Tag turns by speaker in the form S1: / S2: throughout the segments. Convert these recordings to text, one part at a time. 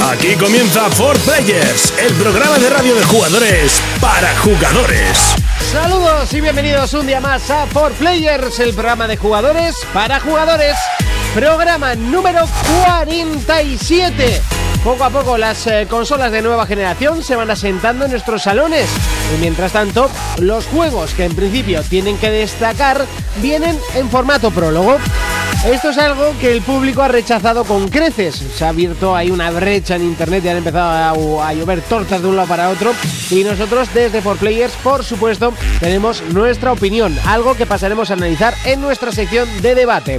S1: Aquí comienza For Players, el programa de radio de jugadores para jugadores.
S2: Saludos y bienvenidos un día más a For Players, el programa de jugadores para jugadores. Programa número 47. Poco a poco las eh, consolas de nueva generación se van asentando en nuestros salones y mientras tanto los juegos que en principio tienen que destacar vienen en formato prólogo. Esto es algo que el público ha rechazado con creces. Se ha abierto ahí una brecha en internet y han empezado a, a llover tortas de un lado para otro. Y nosotros desde 4Players, por supuesto, tenemos nuestra opinión, algo que pasaremos a analizar en nuestra sección de debate.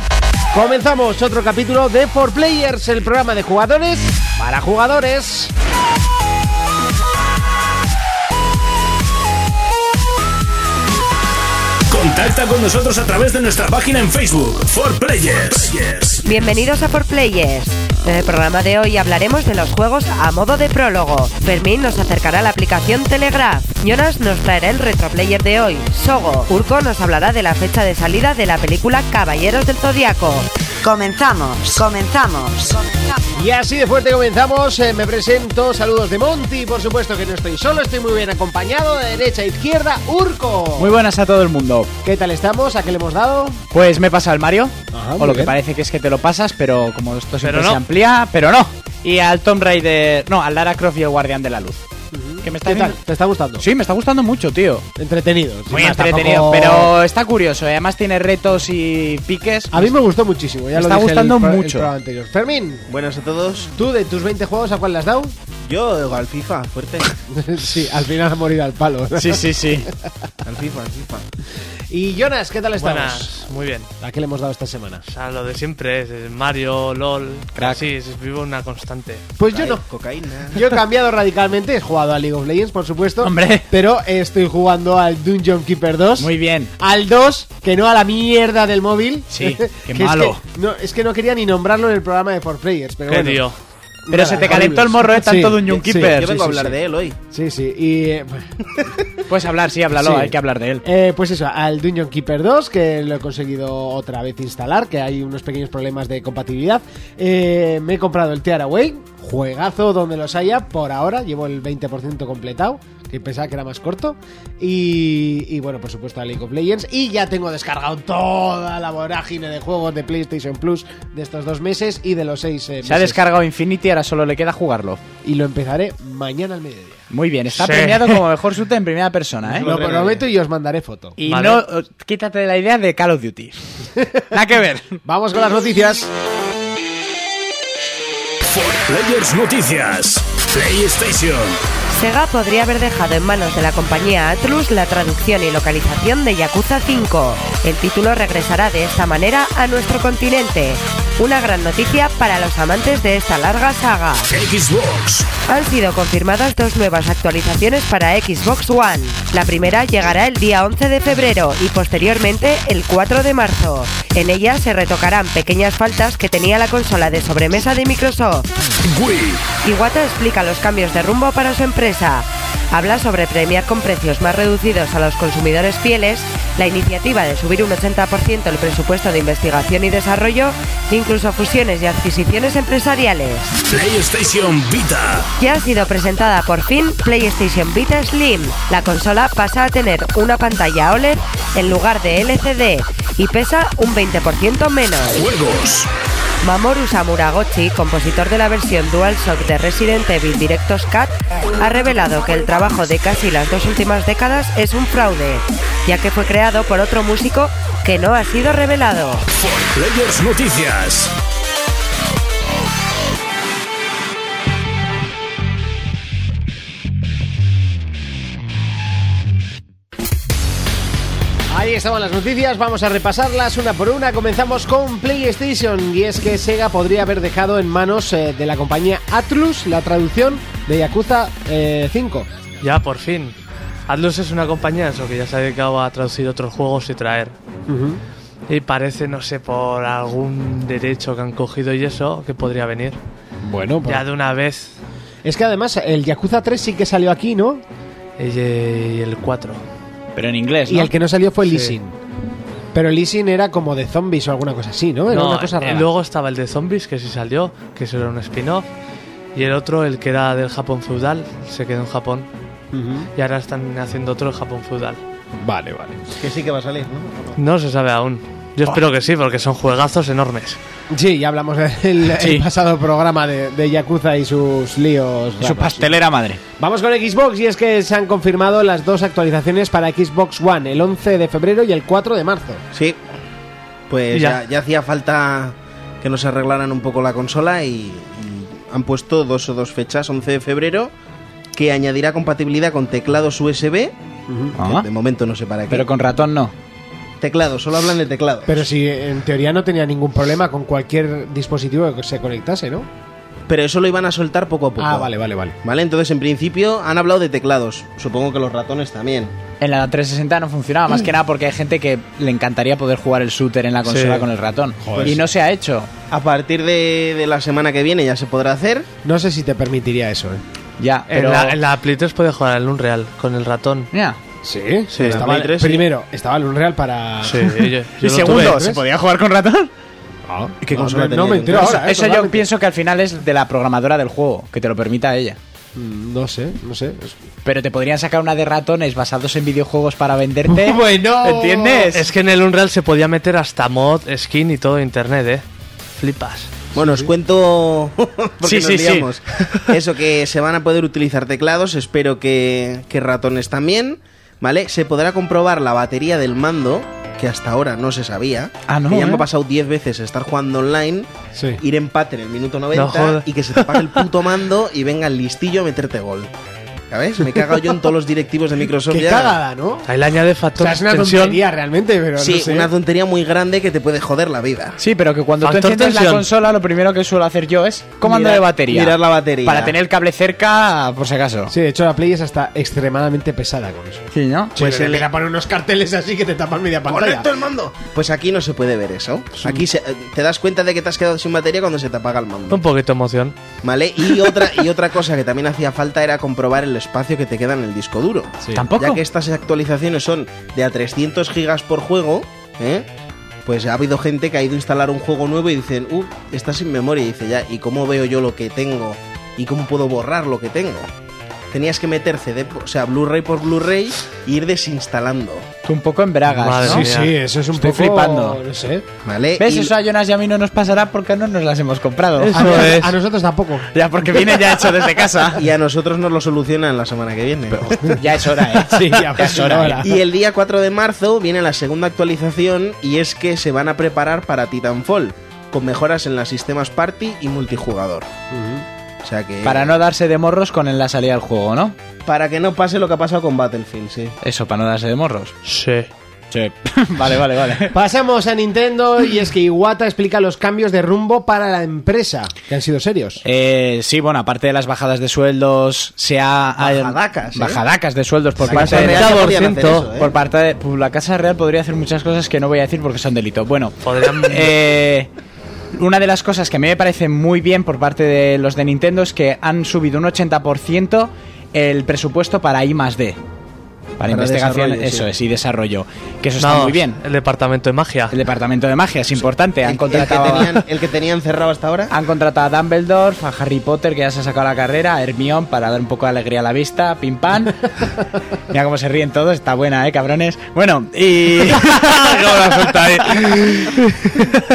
S2: Comenzamos otro capítulo de 4Players, el programa de jugadores para jugadores.
S1: Contacta con nosotros a través de nuestra página en Facebook, For Players.
S3: Bienvenidos a Por Players. En el programa de hoy hablaremos de los juegos a modo de prólogo. Fermín nos acercará a la aplicación Telegraph. Jonas nos traerá el retroplayer de hoy. Sogo, Urco nos hablará de la fecha de salida de la película Caballeros del Zodiaco.
S4: Comenzamos, comenzamos.
S2: Y así de fuerte comenzamos. Eh, me presento, saludos de Monty. Por supuesto que no estoy solo, estoy muy bien acompañado. De derecha a izquierda, Urco.
S5: Muy buenas a todo el mundo.
S2: ¿Qué tal estamos? ¿A qué le hemos dado?
S5: Pues me pasa el Mario,
S2: Ajá, muy
S5: o lo
S2: bien.
S5: que parece que es que te lo pasas, pero como esto siempre
S6: Pero no.
S5: se amplía, pero no. Y al Tomb Raider, no, al Lara Croft y el Guardián de la Luz. ¿Qué me está
S2: ¿Qué tal?
S5: haciendo-
S2: ¿Te está gustando?
S5: Sí, me está gustando mucho, tío.
S2: Entretenido. sin
S5: Muy
S2: más, tampoco-
S5: entretenido, pero está curioso. y Además tiene retos y piques.
S2: A mí me gustó muchísimo. Ya
S5: Me
S2: lo
S5: está
S2: dije el
S5: gustando
S2: pro- el
S5: mucho.
S2: programa anterior. Fermín,
S6: Buenas a todos.
S2: ¿tú de tus 20 juegos a cuál le has dado?
S6: Yo digo, al FIFA, fuerte.
S2: sí, al final a morir al palo.
S5: Sí, sí, sí.
S6: Al FIFA, al FIFA.
S2: Y Jonas, ¿qué tal estamos?
S7: Buenas, muy bien.
S2: ¿A qué le hemos dado esta semana?
S7: O sea, lo de siempre es es Mario, LOL. Sí, es- vivo una constante.
S2: Pues
S6: Ah,
S2: yo no.
S6: Cocaína.
S2: Yo he cambiado radicalmente, he jugado a League of Legends, por supuesto.
S5: Hombre.
S2: Pero estoy jugando al Dungeon Keeper 2.
S5: Muy bien.
S2: Al 2, que no a la mierda del móvil.
S5: Sí, qué
S2: Que es
S5: malo.
S2: que no, es que no quería ni nombrarlo en el programa de 4Players, pero
S7: Qué
S2: bueno.
S7: tío.
S5: Pero se te calentó el morro de tanto Dungeon Keeper.
S6: Yo vengo a
S5: Sí, sí,
S6: hablar
S5: sí.
S6: de él hoy.
S2: Sí, sí. Y eh,
S5: Puedes hablar, sí, háblalo,
S2: Sí.
S5: hay que hablar de él.
S2: Eh, pues eso, al Dungeon Keeper 2, que lo he conseguido otra vez instalar, que hay unos pequeños problemas de compatibilidad. Eh, me he comprado el Tearaway, juegazo donde los haya, por ahora, llevo el 20% completado, que pensaba que era más corto. Y, y bueno, por supuesto, a League of Legends. Y ya tengo descargado toda la vorágine de juegos de PlayStation Plus de estos dos meses y de los seis eh, meses.
S5: Se ha descargado Infinity, ahora solo le queda jugarlo.
S2: Y lo empezaré mañana al mediodía.
S5: Muy bien, está
S7: Sí.
S5: premiado como mejor shooter en primera persona, ¿eh?
S2: Lo prometo y os mandaré foto.
S5: Y
S7: Vale.
S5: no, eh, quítate de la idea de Call of Duty. Nada que ver.
S2: Vamos con las noticias.
S1: Players Noticias, PlayStation,
S3: Sega podría haber dejado en manos de la compañía Atlus la traducción y localización de Yakuza 5. El título regresará de esta manera a nuestro continente. Una gran noticia para los amantes de esta larga saga.
S1: Xbox,
S3: Han sido confirmadas dos nuevas actualizaciones para Xbox One. La primera llegará el día 11 de febrero y posteriormente el 4 de marzo. En ella se retocarán pequeñas faltas que tenía la consola de sobremesa de Microsoft.
S1: Wii,
S3: Iwata explica los cambios de rumbo para su empresa. Habla sobre premiar con precios más reducidos a los consumidores fieles, la iniciativa de subir un 80% el presupuesto de investigación y desarrollo, incluso fusiones y adquisiciones empresariales.
S1: PlayStation Vita,
S3: Ya ha sido presentada por fin PlayStation Vita Slim. La consola pasa a tener una pantalla OLED en lugar de LCD y pesa un 20% menos.
S1: juegos,
S3: Mamoru Samuragochi, compositor de la versión DualShock de Resident Evil Directos Cat, ha revelado que el trabajo de casi las dos últimas décadas es un fraude, ya que fue creado por otro músico que no ha sido revelado.
S1: Players Noticias,
S2: Ahí estaban las noticias, vamos a repasarlas una por una. Comenzamos con PlayStation y es que Sega podría haber dejado en manos eh, de la compañía Atlus la traducción de Yakuza eh, 5.
S7: Ya, por fin. Atlus es una compañía eso que ya se ha dedicado a traducir otros juegos y traer. Y parece, no sé, por algún derecho que han cogido y eso, que podría venir.
S2: Bueno,
S7: Ya de una vez.
S2: es que además el Yakuza 3 sí que salió aquí, ¿no?
S7: Y y el 4.
S5: Pero en inglés,
S2: Y el que no salió fue
S7: Sí.
S2: Leasing. Pero Leasing era como de zombies o alguna cosa así, ¿no? Era
S7: No,
S2: una cosa
S7: eh,
S2: rara.
S7: Luego estaba el de zombies, que sí salió, que eso era un spin-off. Y el otro, el que era del Japón feudal, se quedó en Japón. Y ahora están haciendo otro Japón feudal.
S8: Vale, vale.
S6: Que sí que va a salir, ¿no?
S7: No se sabe aún. Yo espero que sí, porque son juegazos enormes.
S8: Sí, ya hablamos del el
S5: Sí.
S8: pasado programa de, de Yakuza y sus líos.
S5: Su
S8: raros.
S5: pastelera madre.
S8: Vamos con Xbox y es que se han confirmado las dos actualizaciones para Xbox One, el 11 de febrero y el 4 de marzo.
S6: Sí. Pues
S7: Ya.
S6: ya. ya hacía falta que nos arreglaran un poco la consola y, y han puesto dos o dos fechas, 11 de febrero, que añadirá compatibilidad con teclados USB.
S5: Ah.
S6: que de momento no sé para qué.
S5: Pero con ratón no.
S6: teclado, solo hablan de teclado.
S8: Pero si en teoría no tenía ningún problema con cualquier dispositivo que se conectase, ¿no?
S6: Pero eso lo iban a soltar poco a poco.
S8: Ah, vale, vale, vale.
S6: Vale, entonces en principio han hablado de teclados. Supongo que los ratones también.
S5: En la 360 no funcionaba, más que nada porque hay gente que le encantaría poder jugar el shooter en la consola
S7: Sí.
S5: con el ratón.
S8: Joder.
S5: Y no se ha hecho.
S6: A partir de, de la semana que viene ya se podrá hacer.
S8: No sé si te permitiría eso, ¿eh?
S5: Ya, pero.
S7: En, la, en la Play 3 puede jugar al Unreal con el ratón.
S5: Mira,
S8: Sí,
S7: Sí, la
S8: estaba,
S7: Play tres, sí.
S8: primero, estaba el Unreal para...
S7: Sí, yo- yo lo tuve.
S8: ¿se
S5: podía jugar con ratón?
S8: Ah,
S6: qué
S8: no,
S6: consola
S8: no,
S6: tenía
S8: no me
S6: yo?
S8: entero ahora, ¿eh?
S5: Eso yo
S8: Totalmente.
S5: pienso que al final es de la programadora del juego, que te lo permita ella.
S8: Mm, No sé, no sé. Es-
S5: Pero te podrían sacar una de ratones basados en videojuegos para venderte.
S8: Bueno.
S5: ¿Entiendes?
S7: Es que en el Unreal se podía meter hasta mod, skin y todo de internet, ¿eh? Flipas.
S6: Bueno, os cuento porque
S7: Sí,
S6: nos
S7: sí, sí.
S6: liamos. Eso que se van a poder utilizar teclados, espero que, que ratones también, ¿vale? Se podrá comprobar la batería del mando, que hasta ahora no se sabía.
S5: Ah, no,
S6: que ya
S5: ¿eh?
S6: me ha pasado 10 veces estar jugando online,
S8: Sí.
S6: ir empate en el minuto 90
S7: No jodas.
S6: y que se te apague el puto mando y venga el listillo a meterte gol. ¿Sabes? Me he cagado yo en todos los directivos de Microsoft
S8: Qué
S6: ya.
S8: cagada, ¿no?
S7: Ahí le añade
S8: O
S7: factor
S8: sea, es una
S7: tensión.
S8: tontería realmente, pero
S6: Sí,
S8: no sé.
S6: una tontería muy grande que te puede joder la vida.
S5: Sí, pero que cuando tú
S7: Factor
S5: enciendes la
S7: tensión.
S5: consola, lo primero que suelo hacer yo es comando
S6: Mirar-
S5: de batería.
S6: mirar la batería.
S5: Para tener el cable cerca, por si acaso.
S8: Sí, de hecho la Play es hasta extremadamente pesada con eso.
S5: Sí, ¿no?
S8: Pues se le poner unos carteles así que te tapan media pantalla.
S6: ¡Conecto el mando! Pues aquí no se puede ver eso. Aquí se- eh, te das cuenta de que te has quedado sin batería cuando se te apaga el mando.
S7: Un poquito de emoción.
S6: ¿Vale? Y otra, y otra cosa que también hacía falta era comprobar el espacio que te queda en el disco duro.
S5: Tampoco.
S6: Ya que estas actualizaciones son de a 300 gigas por juego, ¿eh? pues ha habido gente que ha ido a instalar un juego nuevo y dicen, uh, está sin memoria. Y dice, ya, ¿y cómo veo yo lo que tengo? ¿Y cómo puedo borrar lo que tengo? Tenías que meter CD, por- o sea, Blu-ray por Blu-ray y ir desinstalando.
S5: Tú un poco en bragas,
S7: Madre
S5: ¿no?
S8: Sí,
S7: mía.
S8: sí, eso es un
S5: Estoy
S8: poco...
S5: flipando.
S8: No sé.
S6: ¿Vale?
S5: ¿Ves?
S6: Y-
S5: Eso a Jonas y a mí no nos pasará porque no nos las hemos comprado.
S7: Eso
S8: a, a-
S7: es.
S8: a nosotros tampoco.
S5: Ya, porque viene ya hecho desde casa.
S6: Y a nosotros nos lo solucionan la semana que viene.
S5: ya es hora, ¿eh?
S8: Sí, ya
S5: es hora,
S8: ahora.
S5: eh.
S6: pues, Y el día 4 de marzo viene la segunda actualización y es que se van a preparar para Titanfall, con mejoras en los sistemas party y multijugador. O sea que...
S5: Para no darse de morros con la salida del juego, ¿no?
S6: para que no pase lo que ha pasado con Battlefield, sí.
S5: Eso, para no darse de morros.
S7: Sí.
S5: Sí. vale, vale, vale.
S8: Pasamos a Nintendo y es que Iwata explica los cambios de rumbo para la empresa, que han sido serios.
S5: Eh, sí, bueno, aparte de las bajadas de sueldos, se ha... ha-
S6: Bajadacas, ¿eh?
S5: Bajadacas de sueldos por
S6: La
S5: parte
S6: Casa
S5: de...
S6: Real ya podían hacer eso, ¿eh?
S5: Por parte de... pues, la Casa Real podría hacer muchas cosas que no voy a decir porque son delito. Bueno,
S7: Podrían-
S5: eh, una de las cosas que a mí me parece muy bien por parte de los de Nintendo es que han subido un 80% el presupuesto para I más D. Para, investigación,
S6: desarrollo,
S5: eso
S6: sí.
S5: es, y desarrollo. Que eso está
S7: Vamos,
S5: muy bien.
S7: El departamento de magia.
S5: El departamento de magia es importante. Han
S6: El, el que
S5: contratado... a-
S6: tenían, el que tenían cerrado hasta ahora.
S5: han contratado a Dumbledore, a Harry Potter, que ya se ha sacado la carrera, a Hermione para dar un poco de alegría a la vista, pim pam. Mira cómo se ríen todos, está buena, eh, cabrones. Bueno, y. ¿Cómo la suelta ahí?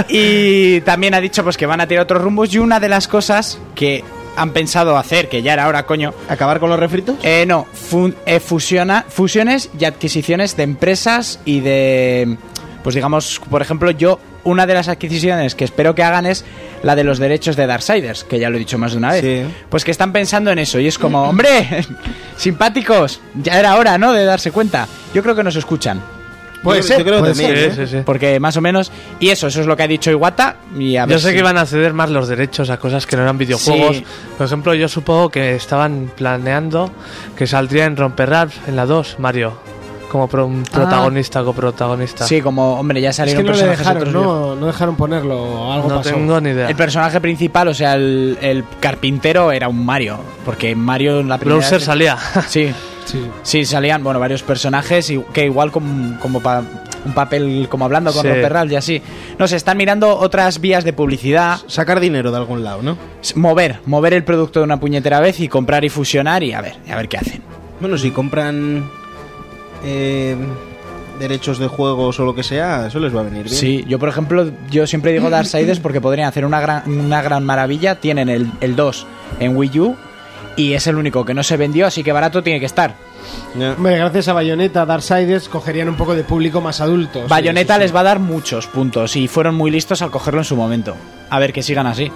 S5: y también ha dicho pues que van a tirar otros rumbos. Y una de las cosas que han pensado hacer, que ya era hora, coño,
S6: ¿Acabar con los refritos?
S5: eh, no, fun- eh, fusiona, fusiones y adquisiciones de empresas y de... Pues digamos, por ejemplo, yo una de las adquisiciones que espero que hagan es la de los derechos de Darksiders, que ya lo he dicho más de una vez.
S6: Sí.
S5: Pues que están pensando en eso y es como, hombre, simpáticos, ya era hora, ¿no? De darse cuenta. Yo creo que nos escuchan.
S8: Puede
S6: yo,
S8: ser,
S6: yo creo
S8: puede
S6: que también,
S7: sí,
S6: ¿eh?
S7: sí, sí.
S5: Porque más o menos... Y eso, eso es lo que ha dicho Iwata y a ver
S7: Yo sé
S5: si-
S7: que iban a ceder más los derechos a cosas que no eran videojuegos.
S5: Sí.
S7: Por ejemplo, yo supongo que estaban planeando que saldría en Romper Rap en la 2, Mario. Como pro- un protagonista, coprotagonista.
S5: Ah. Sí, como, hombre, ya
S8: Es que
S5: salieron
S8: no le
S5: personajes de
S8: dejaron,
S5: otros
S8: no, no dejaron ponerlo, o algo
S7: No
S8: pasó.
S7: tengo ni idea.
S5: El personaje principal, o sea, el, el carpintero era un Mario, porque Mario en la primera...
S7: Browser
S5: vez-
S7: salía.
S5: Sí,
S8: Sí.
S5: sí, salían, bueno, varios personajes y que igual como, como para un papel como hablando con
S7: Sí.
S5: Robert Ralph y así. No sé, están mirando otras vías de publicidad,
S6: Sacar dinero de algún lado, ¿no?
S5: s- mover, mover el producto de una puñetera vez y comprar y fusionar y a ver, y a ver qué hacen.
S6: Bueno, si compran eh, derechos de juegos o lo que sea, eso les va a venir bien.
S5: Sí, yo por ejemplo, yo siempre digo Darksiders porque podrían hacer una gran, una gran maravilla. Tienen el, el 2 en Wii U y es el único que no se vendió, así que barato tiene que estar.
S6: Ya.
S2: Hombre, gracias a Bayonetta, Darksiders cogerían un poco de público más adulto. Oh, Sí,
S5: Bayonetta
S2: sí, sí.
S5: les va a dar muchos puntos y fueron muy listos al cogerlo en su momento. A ver que sigan así.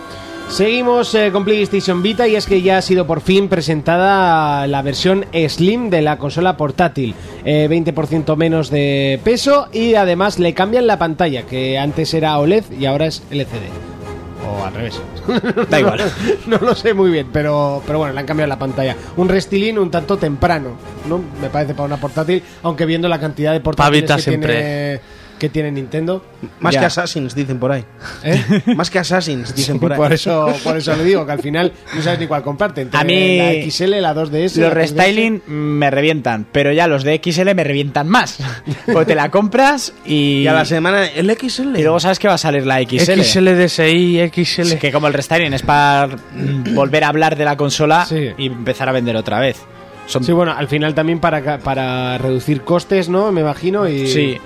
S2: Seguimos eh, con PlayStation Vita y es que ya ha sido por fin presentada la versión Slim de la consola portátil. Eh, 20% menos de peso y además le cambian la pantalla, que antes era OLED y ahora es LCD. O al revés.
S5: Da igual.
S2: no lo sé muy bien, pero, pero bueno, le han cambiado la pantalla. Un restilín un tanto temprano, ¿no? Me parece para una portátil, aunque viendo la cantidad de portátiles
S7: Vita
S2: que
S7: siempre.
S2: tiene, que tiene Nintendo.
S6: Más
S5: Ya.
S6: que Assassins, dicen por ahí.
S2: ¿eh?
S6: Más que Assassins, dicen por
S2: Por,
S6: ahí.
S2: eso, por eso le digo que al final no sabes ni cuál comprarte. entre
S5: A mí-
S2: la XL, la 2DS.
S5: Los
S2: la 3DS.
S5: restyling me revientan, pero ya los de XL me revientan más. Porque te la compras y,
S6: Y a la semana, el XL.
S5: y luego sabes que va a salir la XL.
S7: XLDSI, XL.
S5: Es que como el restyling es para mm, volver a hablar de la consola
S2: Sí.
S5: y empezar a vender otra vez. Son-
S2: Sí, bueno, al final también para, ca- para reducir costes, ¿no? Me imagino. Y,
S5: Sí.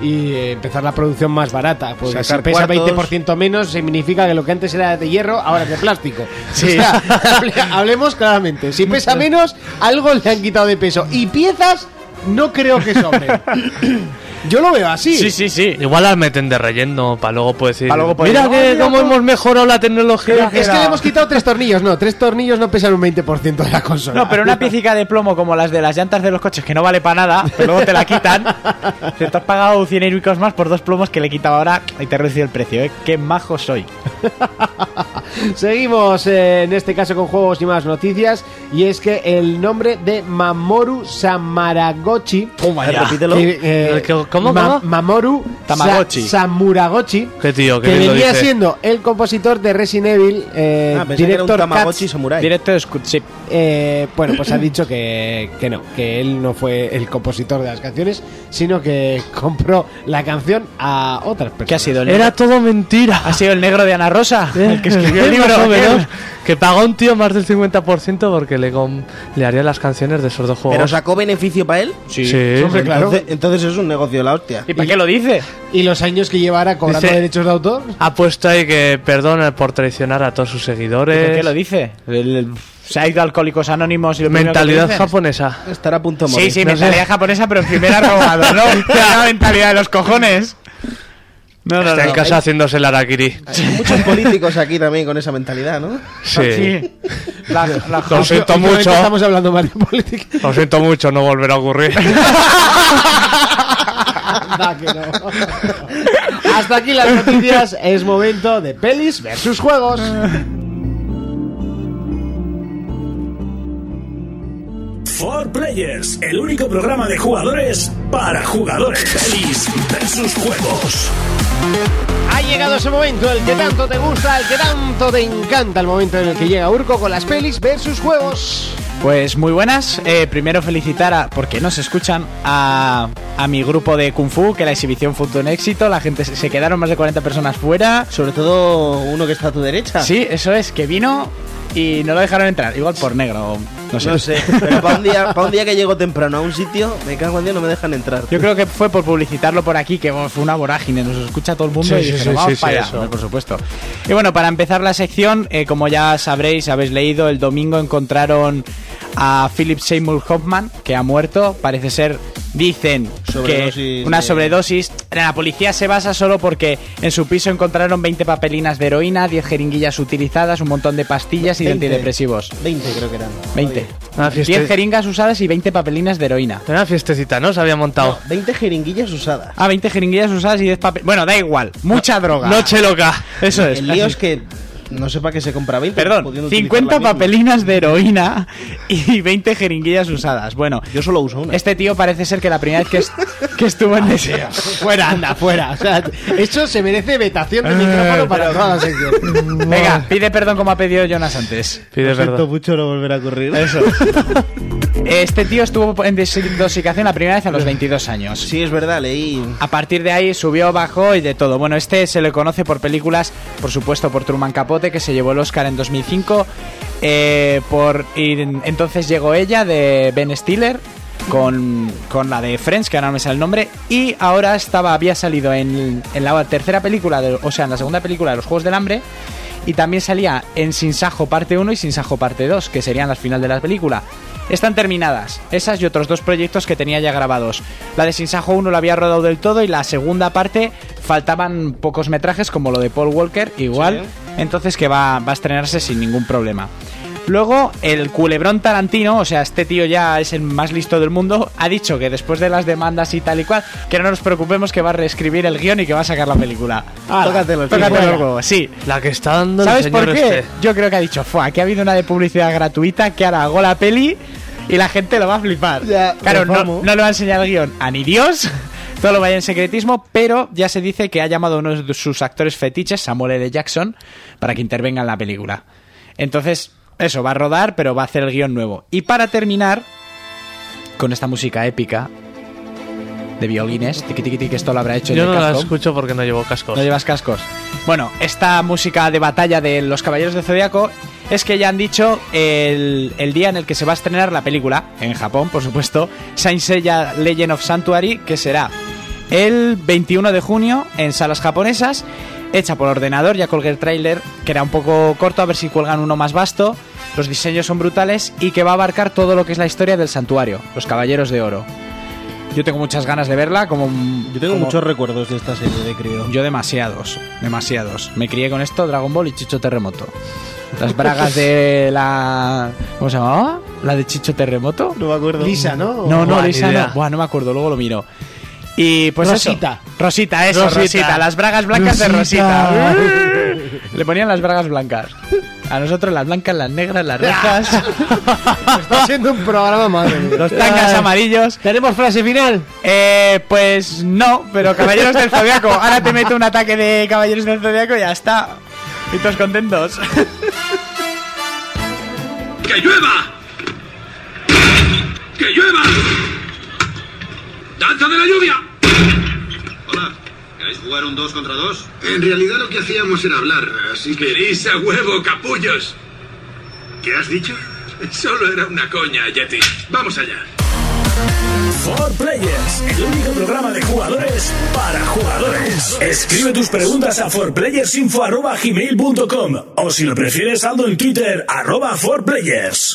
S2: Y eh, empezar la producción más barata. Porque si
S6: Sacar
S2: pesa
S6: cuartos.
S2: 20% menos, significa que lo que antes era de hierro, ahora es de plástico.
S5: Sí.
S2: O sea, hable- hablemos claramente. Si pesa menos, algo le han quitado de peso. Y piezas, no creo que sobren. Yo lo veo así.
S5: sí, sí, sí.
S7: Igual las meten de relleno para luego puedes decir.
S5: Pa' luego poder
S7: mira
S5: decir,
S7: que
S5: "Oh, mira
S7: cómo
S5: cómo-
S7: hemos mejorado la tecnología.
S2: Es que le hemos quitado tres tornillos, no, tres tornillos no pesan un 20% de la consola.
S5: No, pero una piecica de plomo como las de las llantas de los coches que no vale para nada, pero luego te la quitan. Se te has pagado 100 euros más por dos plomos que le quitaba ahora y te ha reducido el precio, ¿eh? Qué majo soy.
S2: Seguimos eh, en este caso con juegos y más noticias. Y es que el nombre de Mamoru Samaragochi.
S5: Toma ya.
S6: Repítelo.
S2: que, eh,
S7: ¿Cómo, cómo?
S2: Mamoru
S5: Tamagotchi.
S2: Sa- Samuragochi.
S7: Qué tío, qué
S2: que
S7: bien lo
S2: venía
S7: dice.
S2: siendo el compositor de Resident Evil, eh,
S6: Ah, pensé que era un
S2: director
S6: Tamagotchi
S2: Katz,
S6: Samurai.
S5: Directo de Scoot, sí.
S2: eh, bueno, pues ha dicho que, que no, que él no fue el compositor de las canciones, sino que compró la canción a otras personas.
S5: ¿Qué ha sido el
S7: Era
S5: negro?
S7: todo mentira.
S5: ¿Ha sido el negro de Ana Rosa? El que escribió el
S7: Eh,
S5: libro.
S7: más o menos.
S5: ¿eh?
S7: Que pagó un tío más del 50% porque le, com- le haría las canciones de esos dos juegos.
S6: Pero sacó beneficio para él.
S7: sí,
S2: hombre, claro.
S6: Entonces, entonces es un negocio de la hostia.
S5: ¿Y para qué lo dice?
S2: ¿Y los años que llevará cobrando
S7: Dice-
S2: derechos de autor?
S7: Ha puesto ahí que perdona por traicionar a todos sus
S5: ¿Y ¿Por
S7: seguidores.
S5: qué lo dice? El- el- se ha ido a Alcohólicos Anónimos y lo primero que
S7: Mentalidad
S5: dicen-
S7: japonesa.
S6: Estará a punto de morir.
S5: Sí, sí,
S7: No
S5: mentalidad japonesa, pero en primera robado, ¿no? La mentalidad de los cojones. No, no,
S7: Está en
S5: no.
S7: casa haciéndose el harakiri.
S6: Hay muchos políticos aquí también con esa mentalidad, ¿no?
S7: Ah, Sí.
S5: La- la-
S7: Lo siento
S2: Últimamente
S7: mucho.
S2: Estamos hablando mal de política.
S7: Lo siento mucho, no volverá a ocurrir.
S2: Anda, que no. Hasta aquí las noticias. Es momento de pelis versus juegos.
S1: For Players, el único programa de jugadores para jugadores. Feliz versus juegos.
S2: Ha llegado ese momento, el que tanto te gusta, el que tanto te encanta, el momento en el que llega Urco con las pelis versus juegos.
S5: Pues muy buenas. Eh, primero felicitar a, porque nos escuchan, a, a mi grupo de Kung Fu, que la exhibición fue un éxito. La gente se- se quedaron más de 40 personas fuera.
S6: Sobre todo uno que está a tu derecha.
S5: Sí, eso es, que vino y no lo dejaron entrar. Igual por negro, no sé.
S6: No sé, pero para un, día, pa' un día que llego temprano a un sitio, me cago en día no me dejan entrar.
S5: Yo creo que fue por publicitarlo por aquí, que bueno, fue una vorágine, nos escucha todo el mundo
S7: Sí,
S5: y
S7: sí,
S5: dijeron,
S7: sí,
S5: "Vamos
S7: sí, sí,
S5: para allá",
S7: eso.
S5: hombre, por supuesto. Y bueno, para empezar la sección, eh, como ya sabréis, habéis leído, el domingo encontraron a Philip Seymour Hoffman, que ha muerto, parece ser, dicen, que
S6: Sobredosis
S5: una
S6: de-
S5: sobredosis. La policía se basa solo porque en su piso encontraron 20 papelinas de heroína, 10 jeringuillas utilizadas, un montón de pastillas y de
S6: 20.
S5: antidepresivos.
S6: 20 creo que eran.
S5: 20.
S7: Ah, fiesta.
S5: 10 jeringas usadas y 20 papelinas de heroína.
S7: Era una fiestecita, ¿no? Se había montado.
S6: 20 jeringuillas usadas.
S5: Ah, 20 jeringuillas usadas y 10 papel. Bueno, da igual. Mucha droga.
S7: Noche loca.
S5: Eso es.
S6: El lío es que No sé para qué se compra 20.
S5: Perdón,
S6: pudiendo
S5: 50
S6: utilizar la misma.
S5: papelinas de heroína y 20 jeringuillas usadas. Bueno,
S6: Yo solo uso una.
S5: este tío parece ser que la primera vez que, est- que estuvo en deseo.
S8: Fuera, anda, fuera. O sea, eso se merece vetación de micrófono para toda la sección.
S5: Venga, pide perdón como ha pedido Jonas antes.
S7: Pide perdón.
S6: mucho no volverá a ocurrir.
S5: Este tío estuvo en desintoxicación la primera vez a los 22 años.
S6: Sí, es verdad, leí.
S5: A partir de ahí subió, bajó y de todo. Bueno, este se le conoce por películas, por supuesto, por Truman Capote, que se llevó el Oscar en 2005. eh, por, y en- entonces llegó ella de Ben Stiller. Con, con la de Friends, que ahora no me sale el nombre, y ahora estaba, había salido en, en la tercera película, de- o sea, en la segunda película de los Juegos del Hambre, y también salía en Sin Sajo parte 1 y Sin Sajo parte 2, que serían las final de la película. Están terminadas, esas y otros dos proyectos que tenía ya grabados. La de Sin Sajo 1 la había rodado del todo y la segunda parte faltaban pocos metrajes como lo de Paul Walker, igual, entonces que va, va a estrenarse sin ningún problema. Luego, el culebrón Tarantino, o sea, este tío ya es el más listo del mundo, ha dicho que después de las demandas y tal y cual, que no nos preocupemos que va a reescribir el guión y que va a sacar la película.
S6: Tócate los
S5: Tócate
S6: huevos.
S5: los huevos, sí.
S7: La que está dando el
S5: ¿Sabes
S7: señor
S5: por qué?
S7: este.
S5: Yo creo que ha dicho, fuá, que ha habido una de publicidad gratuita que ahora hago la peli y la gente lo va a flipar.
S6: Ya,
S5: claro,
S6: pero
S5: no,
S6: vamos.
S5: no le va a enseñar el guión a ni Dios, todo lo vaya en secretismo, pero ya se dice que ha llamado a uno de sus actores fetiches, Samuel L. Jackson, para que intervenga en la película. Entonces, eso, va a rodar, pero va a hacer el guión nuevo. Y para terminar, con esta música épica de violines, tiqui, tiqui, tiqui, que esto lo habrá hecho
S7: Yo
S5: Jake
S7: no la
S5: Cascom.
S7: escucho porque no llevo cascos.
S5: No llevas cascos. Bueno, esta música de batalla de los Caballeros de Zodiaco es que ya han dicho el, el día en el que se va a estrenar la película, en Japón, por supuesto, Saint Seiya Legend of Sanctuary, que será el 21 de junio en salas japonesas, hecha por ordenador, ya colgué el tráiler, que era un poco corto, a ver si cuelgan uno más vasto. Los diseños son brutales y que va a abarcar todo lo que es la historia del santuario, los Caballeros de Oro. Yo tengo muchas ganas de verla, como...
S6: Yo tengo
S5: como-
S6: muchos recuerdos de esta serie de crío.
S5: yo demasiados, demasiados. Me crié con esto, Dragon Ball y Chicho Terremoto. Las bragas de la... ¿Cómo se llamaba? ¿La de Chicho Terremoto?
S6: me acuerdo.
S8: Lisa, ¿no?
S5: No, no,
S7: Buah, ni
S5: Lisa
S7: idea.
S5: no. Buah, no me acuerdo, luego lo miro. Y pues
S8: Rosita.
S5: eso. Rosita, eso, Rosita.
S7: Rosita.
S5: Las bragas blancas
S7: Rosita.
S5: de Rosita. Le ponían las bragas blancas. A nosotros las blancas, las negras, las rojas,
S8: Está siendo un programa madre mía.
S5: los tangas amarillos.
S8: ¿Tenemos frase final?
S5: Eh, pues no, pero Caballeros del Zodiaco. Ahora te meto un ataque de Caballeros del Zodiaco y ya está. Y todos contentos.
S9: ¡Que llueva! ¡Que llueva! ¡Danza de la lluvia! Hola, ¿queréis jugar un 2 contra 2? En realidad lo que hacíamos era hablar, así que... ¡Venís a huevo, capullos! ¿Qué has dicho? Solo era una coña, Yeti. Vamos allá.
S1: For Players, el único programa de jugadores para jugadores. Escribe tus preguntas a forplayersinfo@gmail.com o si lo prefieres saldo en Twitter arroba @forplayers.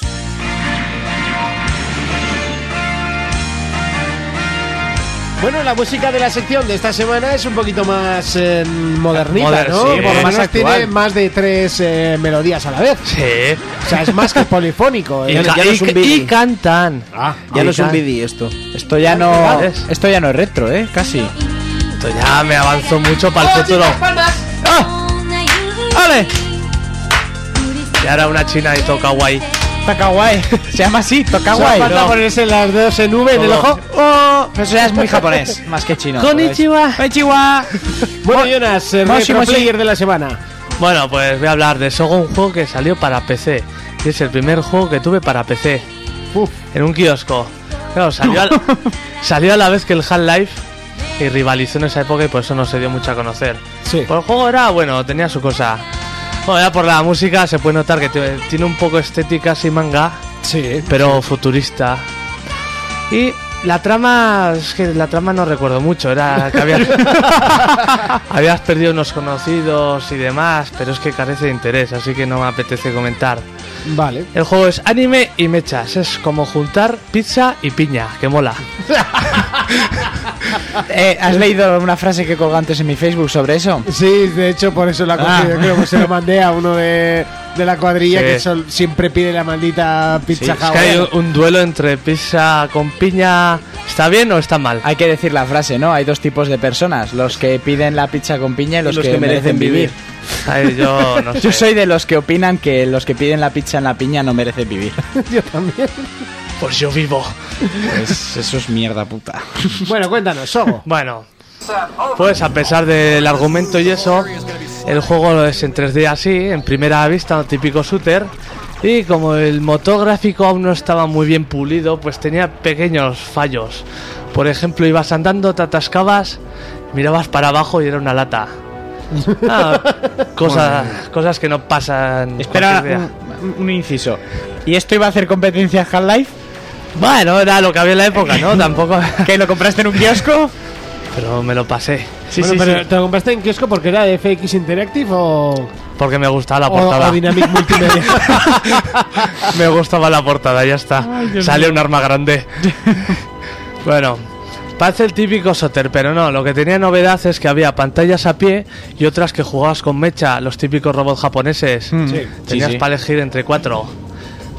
S8: Bueno, la música de la sección de esta semana es un poquito más eh, modernita,
S7: Moder-
S8: ¿no?
S7: sí,
S8: Por lo
S7: eh,
S8: menos
S7: más actual.
S8: tiene más de tres eh, melodías a la vez.
S7: Sí.
S8: O sea, es más que polifónico.
S7: Y,
S8: ¿eh?
S7: ca-
S6: ya no
S7: y
S6: es un
S7: ca-
S6: Billy.
S7: y cantan.
S8: Ah.
S6: Ya no es un
S7: vídeo.
S6: BD esto.
S5: Esto ya no. Esto ya no es retro, eh, casi.
S7: Esto ya me avanzó mucho para
S8: Oh,
S7: el futuro. ¡Ah!
S5: ¡Ale!
S7: Y ahora una china y toca guay.
S5: Takawai. Se llama así,
S8: Solo
S5: Tokawai.
S8: falta ponerse las dos en V en el
S7: Todo.
S8: ojo.
S5: Oh, pero eso ya es muy japonés, más que chino.
S8: Konnichiwa.
S5: Konnichiwa.
S8: Bueno, Jonas, el
S5: Moshi,
S8: retro
S5: moshi.
S8: player de la semana.
S7: Bueno, pues voy a hablar de Sogo, un juego que salió para PC. Y es el primer juego que tuve para PC.
S8: Uf.
S7: En un kiosco. Claro, salió, al- salió a la vez que el Half-Life y rivalizó en esa época y por eso no se dio mucho a conocer.
S8: Sí.
S7: Pues el juego era, bueno, tenía su cosa. Bueno, ya por la música se puede notar que te- tiene un poco estética así manga,
S8: Sí.
S7: pero futurista. Y la trama, es que la trama no recuerdo mucho, era que habías, habías perdido unos conocidos y demás, pero es que carece de interés, así que no me apetece comentar.
S8: Vale.
S7: El juego es anime y mechas, es como juntar pizza y piña, que mola.
S5: Eh, ¿Has leído una frase que colgó antes en mi Facebook sobre eso?
S8: Sí, de hecho, por eso la he
S5: Ah.
S8: cogido. Creo que se lo mandé a uno de,
S2: de la cuadrilla
S7: Sí.
S2: que sol- siempre pide la maldita
S7: Sí,
S2: pizza
S7: es que hay
S2: hawaiana.
S7: un, un duelo entre pizza con piña. ¿Está bien o está mal?
S5: Hay que decir la frase, ¿no? Hay dos tipos de personas, los que piden la pizza con piña y los,
S6: los
S5: que,
S6: que
S5: merecen
S6: merecen
S5: vivir.
S7: Ay, yo no sé.
S5: Yo soy de los que opinan que los que piden la pizza en la piña no merecen vivir.
S7: Pues yo vivo.
S5: Pues eso es mierda puta.
S2: Bueno, cuéntanos, Sogo.
S7: Bueno, pues a pesar del argumento y eso, el juego es en 3D así, en primera vista, un típico shooter. Y como el motográfico aún no estaba muy bien pulido, pues tenía pequeños fallos. Por ejemplo, ibas andando, te atascabas, mirabas para abajo y era una lata. Ah, cosas, cosas que no pasan. cualquier día.
S5: Espera, un, un inciso. ¿Y esto iba a hacer competencia a Half-Life?
S7: Bueno, era lo que había en la época, ¿no? Tampoco.
S5: ¿Que lo compraste en un kiosco?
S7: Pero me lo pasé.
S5: Sí,
S2: Bueno,
S5: sí,
S2: pero
S5: sí.
S2: ¿te lo compraste en kiosco porque era de FX Interactive o,
S7: Porque me gustaba la
S2: o- o
S7: portada.
S2: Dynamic Multimedia?
S7: Me gustaba la portada, ya está. Sale un arma grande. bueno, parece el típico soter, pero no. Lo que tenía novedad es que había pantallas a pie y otras que jugabas con mecha, los típicos robots japoneses. Tenías
S5: Sí, sí.
S7: para elegir entre cuatro.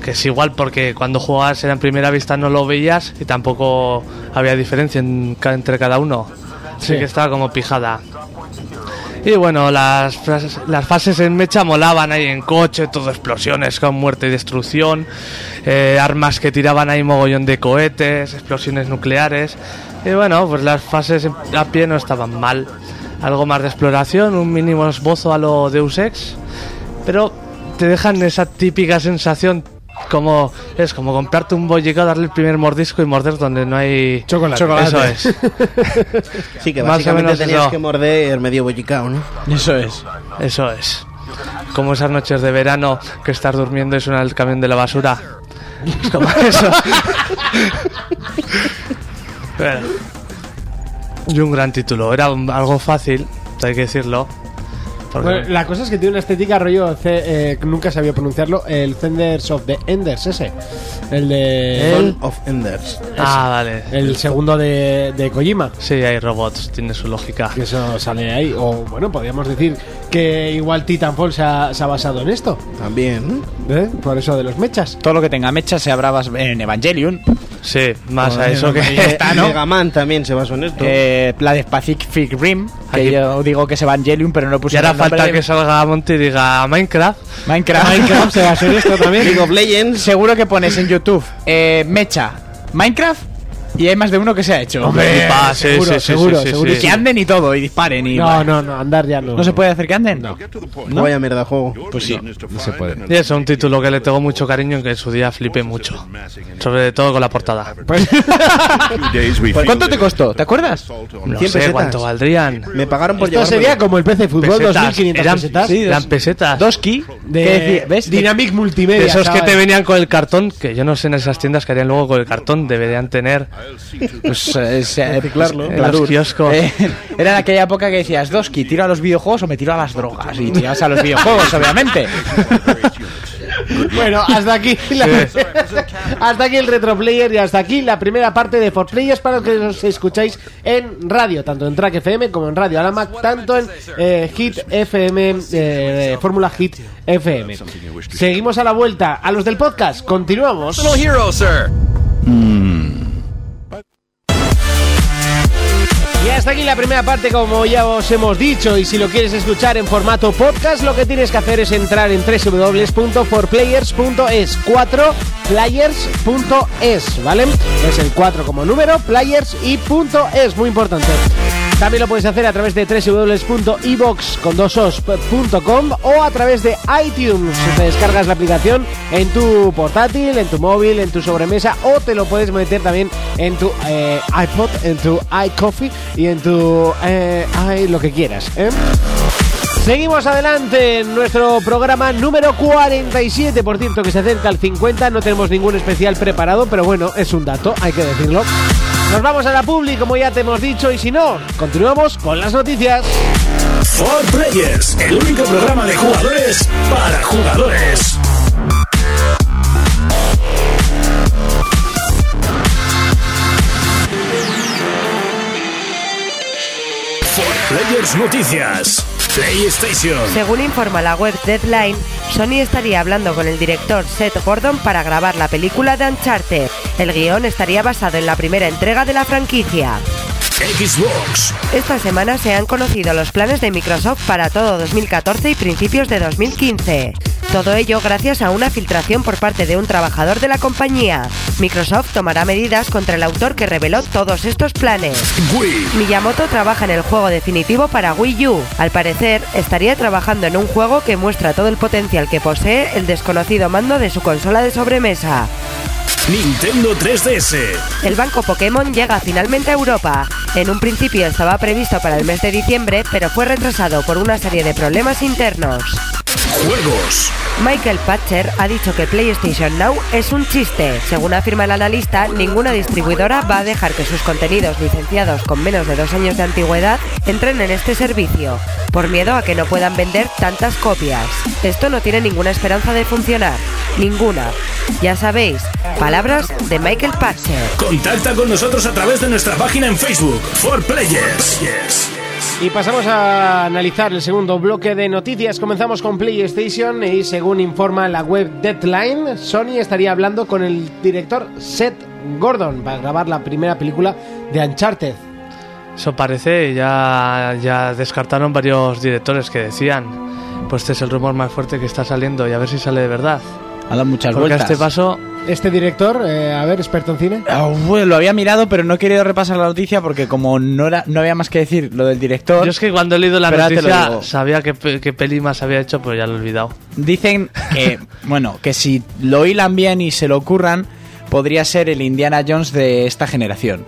S7: Que es igual porque cuando jugabas era en primera vista no lo veías y tampoco había diferencia en ca- entre cada uno. Así que estaba como pijada. Y bueno, las, frases- las fases en mecha molaban ahí en coche, todo explosiones con muerte y destrucción, eh, armas que tiraban ahí mogollón de cohetes, explosiones nucleares. Y bueno, pues las fases en- a pie no estaban mal. Algo más de exploración, un mínimo esbozo a lo Deus Ex, pero te dejan esa típica sensación como es como comprarte un bollicao, darle el primer mordisco y morder donde no hay
S2: Chocolate.
S7: Eso es.
S6: Sí, que
S7: Más o
S6: básicamente
S7: menos
S6: tenías
S7: eso.
S6: que morder medio bollicao, ¿no?
S5: Eso es.
S7: Eso es. Como esas noches de verano que estás durmiendo y suena el camión de la basura. Es como eso. Bueno. Y un gran título. Era un- algo fácil, hay que decirlo. Porque-
S2: Bueno, la cosa es que tiene una estética rollo, ce- eh, nunca sabía pronunciarlo, el Thunders of the Enders ese. El de...
S6: Son of Enders.
S7: ah, vale.
S2: El segundo de, de Kojima.
S7: Sí, hay robots, tiene su lógica.
S2: Que eso sale ahí. O bueno, podríamos decir que igual Titanfall se ha, se ha basado en esto.
S6: También.
S2: ¿eh? Por eso de los mechas.
S5: Todo lo que tenga mecha se habrá bas- en Evangelion.
S7: Sí, más a
S5: Joder,
S7: eso
S5: hombre.
S7: que.
S5: Está, Ah, ¿no?
S6: Mega Man también se basó en esto.
S5: Eh, la de Pacific Rim. Que
S7: Aquí-
S5: yo digo que es Evangelion, pero no puse
S7: Y ahora
S5: el nombre
S7: falta
S5: de-
S7: que salga Monty y diga Minecraft.
S5: Minecraft. Minecraft se va a hacer esto
S6: League of Legends.
S5: Seguro que pones en YouTube eh, mecha Minecraft y hay más de uno que se ha hecho.
S7: flipa, sí,
S2: seguro,
S7: sí, sí,
S2: seguro,
S7: sí, sí,
S2: seguro.
S5: Y
S7: sí.
S5: que anden y todo, y disparen y.
S2: No, no, no, andar ya no.
S5: ¿No se puede hacer que anden?
S6: No. Vaya mierda de juego.
S5: Pues sí.
S10: No se puede.
S7: Y es un título que le tengo mucho cariño y que en su día flipé mucho. Sobre todo con la portada.
S5: ¿Cuánto te costó? ¿Te acuerdas?
S6: 100
S7: No sé
S6: pesetas.
S7: cuánto valdrían.
S6: Me pagaron por
S2: Esto
S6: llevarme.
S2: sería como el PC Fútbol,
S7: Pesetas.
S2: 2500
S7: eran,
S2: pesetas.
S7: sí, eran pesetas.
S5: Dos ki.
S2: De,
S5: ¿Qué decía? ¿Ves?
S2: Dynamic Multimedia.
S7: De esos que
S2: chaval.
S7: te venían con el cartón, que yo no sé en esas tiendas que harían luego con el cartón, deberían tener.
S5: Pues, eh, se- eh,
S6: Reciclarlo.
S5: pues,
S7: En los
S5: Pladur.
S7: kioscos.
S5: Eh, era en aquella época que decías, Doski, tiro a los videojuegos o me tiro a las drogas. Y tirabas a los videojuegos, obviamente.
S2: Bueno, hasta aquí la- hasta aquí el retroplayer y hasta aquí la primera parte de For Players para los que nos escucháis en radio, tanto en Track FM como en Radio Alama, tanto en eh, Hit FM, eh, Fórmula Hit FM. Seguimos a la vuelta a los del podcast, continuamos. Y hasta aquí la primera parte, como ya os hemos dicho, y si lo quieres escuchar en formato podcast, lo que tienes que hacer es entrar en www.forplayers.es, 4players.es, ¿vale? Es el 4 como número, players y punto es, muy importante. También lo puedes hacer a través de www.evox.com o a través de iTunes. Te descargas la aplicación en tu portátil, en tu móvil, en tu sobremesa o te lo puedes meter también en tu eh, iPod, en tu iCoffee y en tu eh, i- lo que quieras. ¿eh? Seguimos adelante en nuestro programa número 47. Por cierto, que se acerca al 50. No tenemos ningún especial preparado, pero bueno, es un dato, hay que decirlo. Nos vamos a la publi, como ya te hemos dicho, y si no, continuamos con las noticias.
S1: For Players, el único programa de jugadores para jugadores. For Players Noticias. PlayStation,
S3: Según informa la web Deadline, Sony estaría hablando con el director Seth Gordon para grabar la película de Uncharted. El guión estaría basado en la primera entrega de la franquicia.
S1: Xbox,
S3: Esta semana se han conocido los planes de Microsoft para todo 2014 y principios de 2015. Todo ello gracias a una filtración por parte de un trabajador de la compañía. Microsoft tomará medidas contra el autor que reveló todos estos planes.
S1: Wii,
S3: Miyamoto trabaja en el juego definitivo para Wii U. Al parecer, estaría trabajando en un juego que muestra todo el potencial que posee el desconocido mando de su consola de sobremesa.
S1: Nintendo 3DS,
S3: El banco Pokémon llega finalmente a Europa. En un principio estaba previsto para el mes de diciembre, pero fue retrasado por una serie de problemas internos.
S1: juegos,
S3: Michael Patcher ha dicho que PlayStation Now es un chiste. Según afirma el analista, ninguna distribuidora va a dejar que sus contenidos licenciados con menos de dos años de antigüedad entren en este servicio, por miedo a que no puedan vender tantas copias. Esto no tiene ninguna esperanza de funcionar. Ninguna. Ya sabéis, palabras de Michael Patcher.
S1: Contacta con nosotros a través de nuestra página en Facebook, For Players.
S2: Y pasamos a analizar el segundo bloque de noticias. Comenzamos con PlayStation y según informa la web Deadline, Sony estaría hablando con el director Seth Gordon para grabar la primera película de Uncharted.
S7: Eso parece, ya, ya descartaron varios directores que decían, pues este es el rumor más fuerte que está saliendo y a ver si sale de verdad.
S5: Ha dado muchas
S7: Porque a
S5: vueltas.
S7: este paso,
S2: Este director, eh, a ver, experto en cine.
S5: Ah, bueno, lo había mirado, pero no he querido repasar la noticia porque como no, era, no había más que decir lo del director,
S7: yo es que cuando he leído la
S5: Pero ya te lo
S7: noticia
S5: digo.
S7: sabía qué, pe- qué peli más había hecho, pero ya lo he olvidado.
S5: dicen que, bueno, que si lo hilan bien y se lo ocurran, podría ser el Indiana Jones de esta generación.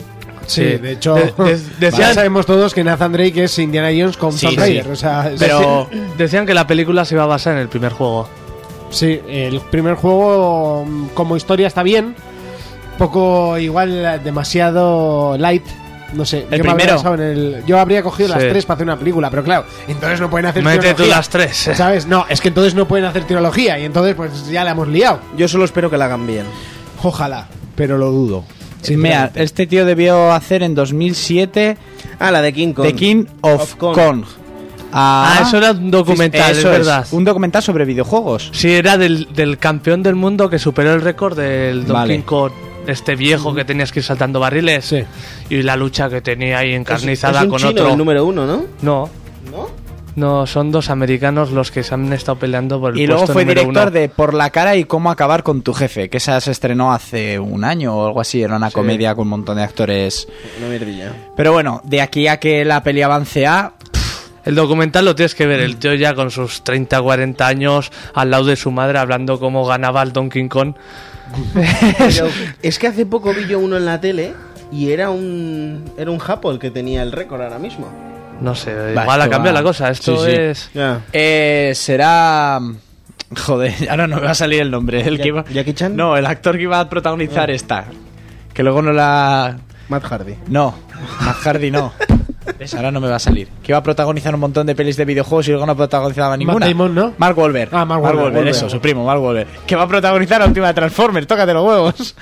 S7: Sí.
S2: de hecho,
S7: De- de- decían-
S2: ya sabemos todos que Nathan Drake es Indiana Jones con
S5: Sí,
S2: Tomb
S5: sí.
S2: Raider. O sea,
S5: Pero eh,
S7: Decían que la película se iba a basar en el primer juego.
S2: Sí, el primer juego mm, como historia está bien. Poco igual, demasiado light. No sé,
S5: El
S2: yo, me habría
S5: primero.
S2: basado en el- yo habría cogido las
S7: Sí.
S2: tres para hacer una película, pero claro, entonces no pueden hacer
S7: Mete tú
S2: trilogía,
S7: las tres.
S2: ¿Sabes? No, es que entonces no pueden hacer trilogía y entonces pues ya la hemos liado.
S6: Yo solo espero que la hagan bien.
S2: Ojalá, pero lo dudo.
S5: mira, este tío debió hacer en 2007
S6: Ah, la de King Kong.
S5: The King of,
S6: Of Kong.
S5: Kong. Ah,
S7: Ah, eso era un documental,
S5: eso
S7: es verdad.
S5: Un documental sobre videojuegos.
S7: Sí, era del, del campeón del mundo que superó el récord del Don
S5: Vale.
S7: King Kong, este viejo que tenías que ir saltando barriles.
S2: Sí.
S7: Y la lucha que tenía ahí
S6: Es-
S7: encarnizada
S6: es un
S7: con
S6: chino,
S7: otro.
S6: El número uno, ¿no?
S7: No. ¿No? No, son dos americanos los que se han estado peleando por el
S5: Y luego
S7: puesto
S5: fue
S7: número
S5: director
S7: uno.
S5: de Por la cara y cómo acabar con tu jefe, que esa se estrenó hace un año o algo así, era una comedia con un montón de actores.
S6: Una mierdilla.
S5: Pero bueno, de aquí a que la peli avance a...
S7: El documental lo tienes que ver, el tío ya con sus 30, 40 años, al lado de su madre, hablando cómo ganaba el Donkey Kong.
S6: Pero es que hace poco vi yo uno en la tele y era un era un japo el que tenía el récord ahora mismo.
S7: No sé,
S5: Va,
S7: igual ha
S5: esto
S7: cambiado
S5: va.
S7: la cosa. Esto
S5: Sí, sí.
S7: es.
S6: Ya.
S5: Eh, será... Joder, ahora no me va a salir el nombre. El
S6: Ya-
S5: que iba...
S6: ¿Jackie Chan? Ah.
S5: No, el actor que iba a protagonizar esta. Que luego no la...
S6: Matt Hardy.
S5: No, Matt Hardy no. ¿Ves? Ahora no me va a salir. Que iba a protagonizar un montón de pelis de videojuegos y luego no protagonizaba ninguna.
S2: Damon, ¿no?
S5: Mark Wahlberg.
S2: Ah, Mark Wahlberg, Wahlberg.
S5: eso, su primo, Mark Wahlberg. Que va a protagonizar la última de Transformers, tócate los huevos.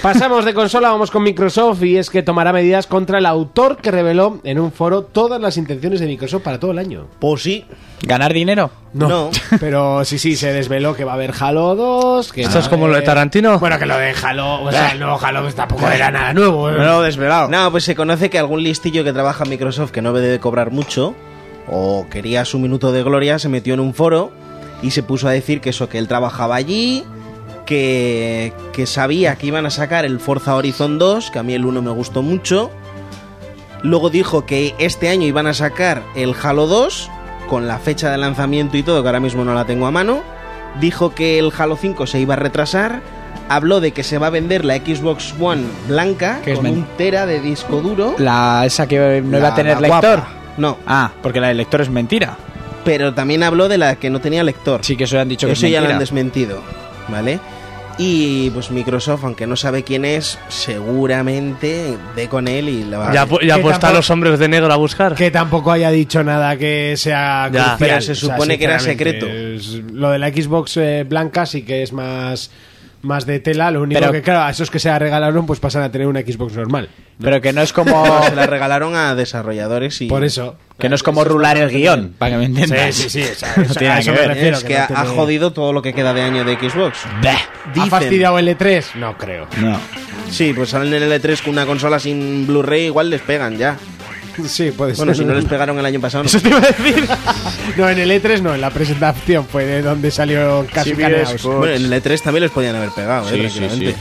S2: Pasamos de consola, vamos con Microsoft y es que tomará medidas contra el autor que reveló en un foro todas las intenciones de Microsoft para todo el año.
S6: Pues sí.
S5: ¿Ganar dinero?
S2: No.
S6: No.
S2: Pero sí, sí, se desveló que va a haber Halo 2. Que
S7: Esto
S2: va
S7: es
S2: a
S7: como lo de
S2: haber-
S7: Tarantino.
S2: Bueno, que lo de Halo. O sea, el nuevo Halo pues, tampoco era nada nuevo. ¿eh?
S5: No, desvelado.
S6: No, pues se conoce que algún listillo que trabaja en Microsoft que no debe cobrar mucho o quería su minuto de gloria se metió en un foro y se puso a decir que eso, que él trabajaba allí, que, que sabía que iban a sacar el Forza Horizon 2, que a mí el 1 me gustó mucho. Luego dijo que este año iban a sacar el Halo 2 con la fecha de lanzamiento y todo, que ahora mismo no la tengo a mano. Dijo que el Halo 5 se iba a retrasar. Habló de que se va a vender la Xbox One blanca
S5: Que es
S6: con
S5: men-
S6: un tera de disco duro.
S5: La esa que no iba a tener
S6: la
S5: lector.
S6: guapa. No,
S5: Ah, porque la de lector es mentira.
S6: pero también habló de la que no tenía lector.
S5: Sí, que eso ya han dicho que
S6: Eso
S5: es
S6: ya lo han
S5: mentira.
S6: desmentido, ¿vale? Y pues Microsoft, aunque no sabe quién es, seguramente dé con él y la va
S7: Ya,
S6: a...
S7: pu- ya
S2: Que
S7: puesta a
S2: tampoco-
S7: los hombres de negro a buscar.
S2: Que tampoco haya dicho nada que sea
S7: Ya,
S2: crucial,
S6: pero se supone que era
S2: sinceramente,
S6: secreto.
S2: es- lo de la Xbox eh, blanca sí que es más más de tela, lo único
S5: Pero-
S2: que, claro, a esos que se regalaron, pues pasan a tener una Xbox normal.
S5: Pero que no es como.
S6: Se la regalaron a desarrolladores y.
S2: Por eso.
S5: que no es como rular el guión, para que me entiendas.
S2: Sí, sí, sí, esa-
S5: No
S2: esa-
S5: tiene
S2: a
S5: nada
S2: eso
S5: que
S2: me
S5: ver.
S2: refiero,
S6: Es que,
S2: que no
S6: ha,
S2: tiene-
S6: ha jodido todo lo que queda de año de Xbox.
S2: ¿Ha
S6: Dicen-
S2: fastidiado el E3? No creo.
S5: No.
S6: Sí, pues salen en el E3 con una consola sin Blu-ray, igual les pegan ya.
S2: Sí, puede ser.
S6: Bueno, si no les pegaron el año pasado. no.
S2: Eso te iba a decir. No, en el E3 no, en la presentación fue de donde salió casi Caneaus.
S6: Bueno, en el E3 también les podían haber pegado, eh, tranquilamente.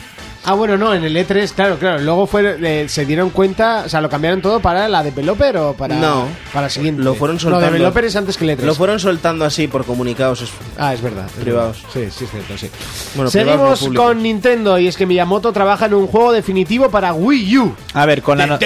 S2: Ah, bueno, no, en el E3, claro, claro. Luego fue, eh, se dieron cuenta, o sea, lo cambiaron todo para la developer o para,
S6: No.
S2: para la siguiente.
S6: Lo fueron soltando.
S2: Lo developer es antes que el E3.
S6: Lo fueron soltando así por comunicados. es-
S2: Ah, es verdad. es
S6: Privados.
S2: verdad. Sí, sí, es cierto, sí.
S6: Bueno, privados
S2: Seguimos
S6: no públicos.
S2: con Nintendo y es que Miyamoto trabaja en un juego definitivo para Wii U.
S5: A ver, con la, no-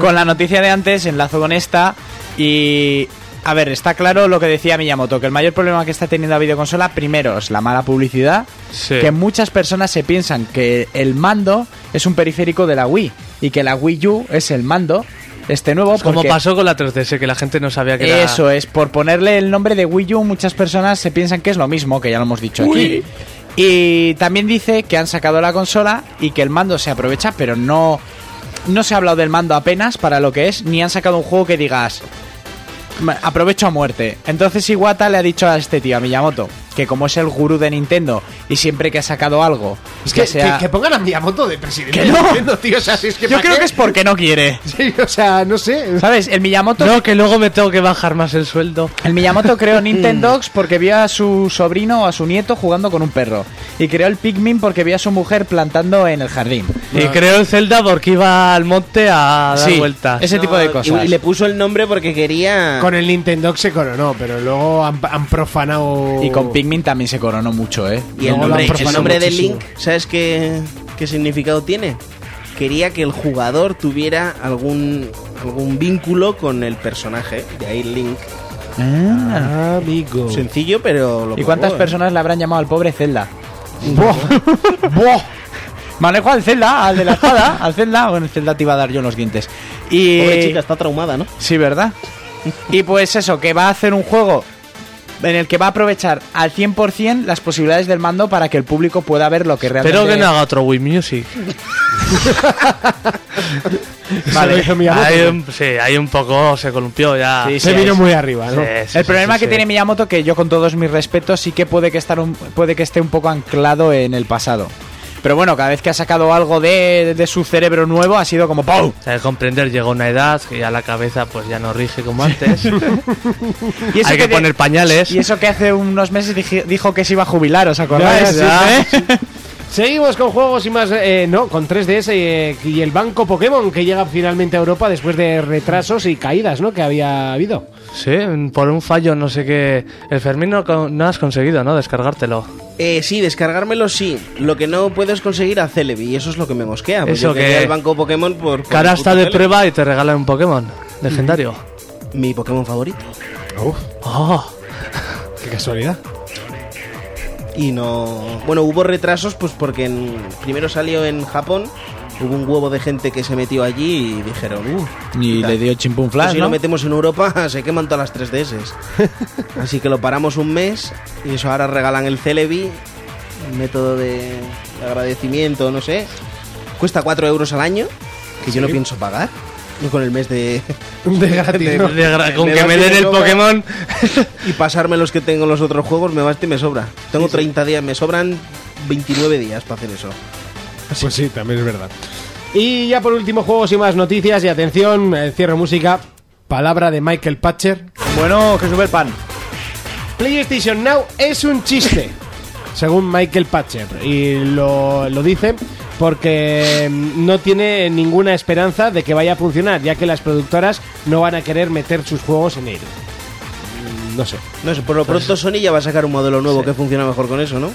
S5: con la noticia de antes, enlazo con esta. Y. A ver, está claro lo que decía Miyamoto, que el mayor problema que está teniendo la videoconsola, primero, es la mala publicidad.
S7: Sí.
S5: Que muchas personas se piensan que el mando es un periférico de la Wii y que la Wii U es el mando, este nuevo.
S7: Como
S5: porque-
S7: pasó con la 3DS, que la gente no sabía que era...
S5: Eso es, por ponerle el nombre de Wii U, muchas personas se piensan que es lo mismo, que ya lo hemos dicho aquí. Y también dice que han sacado la consola y que el mando se aprovecha, pero no, no se ha hablado del mando apenas para lo que es, ni han sacado un juego que digas, "Ma- aprovecho a muerte. Entonces Iwata le ha dicho a este tío, a Miyamoto, que como es el gurú de Nintendo y siempre que ha sacado algo,
S2: Es
S5: que
S2: que,
S5: sea...
S2: que- que pongan a Miyamoto de presidente.
S5: Que no.
S2: de Nintendo, tío, o sea, si es que
S5: Yo
S2: ¿pa'
S5: creo
S2: qué?
S5: que es porque no quiere.
S2: Sí, o sea, no sé.
S5: ¿Sabes? El Miyamoto
S7: No, que luego me tengo que bajar más el sueldo.
S5: El Miyamoto creó
S6: Mm.
S5: Nintendox porque vio a su sobrino o a su nieto jugando con un perro. Y creó el Pikmin porque vio a su mujer plantando en el jardín.
S7: Y creo el Zelda porque iba al monte a dar
S5: Sí,
S7: vueltas.
S2: este
S5: Ese
S6: No,
S5: tipo de
S6: Ah, y-
S5: cosas.
S6: Y le puso el nombre porque quería.
S2: Con el Nintendo se coronó, pero luego han, han profanado.
S5: Y
S6: Oh.
S5: con Pikmin también se coronó mucho, ¿eh?
S6: Y el
S2: Luego lo
S6: nombre,
S2: han profanado
S6: el nombre de
S2: muchísimo.
S6: Link, ¿sabes qué, qué significado tiene? Quería que el jugador tuviera algún, algún vínculo con el personaje, de ahí Link.
S2: Amigo.
S6: Sencillo, pero lo
S5: Ah. ¿Y cuántas
S6: probó, ¿eh?
S5: personas le habrán llamado al pobre Zelda? Manejo al Zelda, al de la espada, al Zelda. Bueno, el Zelda te iba a dar yo en los dientes. Y...
S6: Pobre chica, está traumada, ¿no?
S5: Sí, ¿verdad? Y pues eso, que va a hacer un juego en el que va a aprovechar al 100% las posibilidades del mando para que el público pueda ver lo que realmente...
S7: Espero que no haga otro Wii Music.
S2: Vale.
S7: Ahí un- sí, ahí un poco se columpió ya.
S5: Sí, sí,
S2: Se vino
S5: es-
S2: muy arriba, ¿no?
S7: Sí, sí,
S5: el
S7: sí,
S5: problema
S7: sí,
S5: que
S7: sí.
S5: tiene Miyamoto que yo con todos mis respetos sí que puede que estar un- puede que esté un poco anclado en el pasado. Pero bueno, cada vez que ha sacado algo de, de su cerebro nuevo ha sido como ¡pum!
S7: O sea, comprender, llegó una edad que ya la cabeza pues ya no rige como antes.
S5: Y
S7: Hay que
S5: de-
S7: poner pañales.
S5: y eso que hace unos meses dije- dijo que se iba a jubilar, ¿os acordáis?
S7: Ya,
S5: ¿Eh?
S2: Seguimos con juegos y más. eh, no, con 3DS y, eh, y el banco Pokémon que llega finalmente a Europa después de retrasos y caídas, ¿no? Que había habido.
S7: Sí, por un fallo, no sé qué. El Fermín no, con- no has conseguido, ¿no? Descargártelo.
S6: Eh, sí, descargármelo sí. Lo que no puedo es conseguir a Celebi y eso es lo que me mosquea. porque
S7: Eso
S6: yo quería
S7: que-
S6: el banco Pokémon por. por
S7: Que ahora
S6: el puto
S7: está de
S6: Celebi.
S7: prueba y te regalan un Pokémon legendario.
S6: Mi Pokémon favorito.
S7: Oh,
S2: Qué casualidad.
S6: Y no. Bueno, hubo retrasos, pues porque en- primero salió en Japón. Hubo un huevo de gente que se metió allí y dijeron, uh,
S5: Y le dio chimpún
S6: Pues
S5: flash,
S6: si
S5: ¿no?
S6: lo metemos en Europa, se queman todas las 3DS. Así que lo paramos un mes y eso ahora regalan el Celebi, un método de agradecimiento, no sé. Cuesta 4 euros al año, que yo no pienso pagar. Y con el mes de.
S2: De gratis,
S6: de-
S2: ¿no?
S7: de gra- con
S6: me
S7: que
S6: basta
S7: me
S6: y
S7: den el
S6: sobra.
S7: Pokémon.
S6: Ah, Y pasarme los que tengo en los otros juegos, me basta y me sobra. Tengo 30 días, me sobran 29 días para hacer eso.
S2: Pues sí, también es verdad. Y ya por último, juegos y más noticias. Y atención, eh, cierro música. Palabra de Michael Patcher.
S5: Bueno, que sube el pan.
S2: PlayStation Now es un chiste, según Michael Patcher. Y lo, lo dice porque mm, no tiene ninguna esperanza de que vaya a funcionar, ya que las productoras no van a querer meter sus juegos en él. Mm, No sé.
S6: No sé, por lo pronto Sony ya va a sacar un modelo nuevo que funciona mejor con eso, ¿no?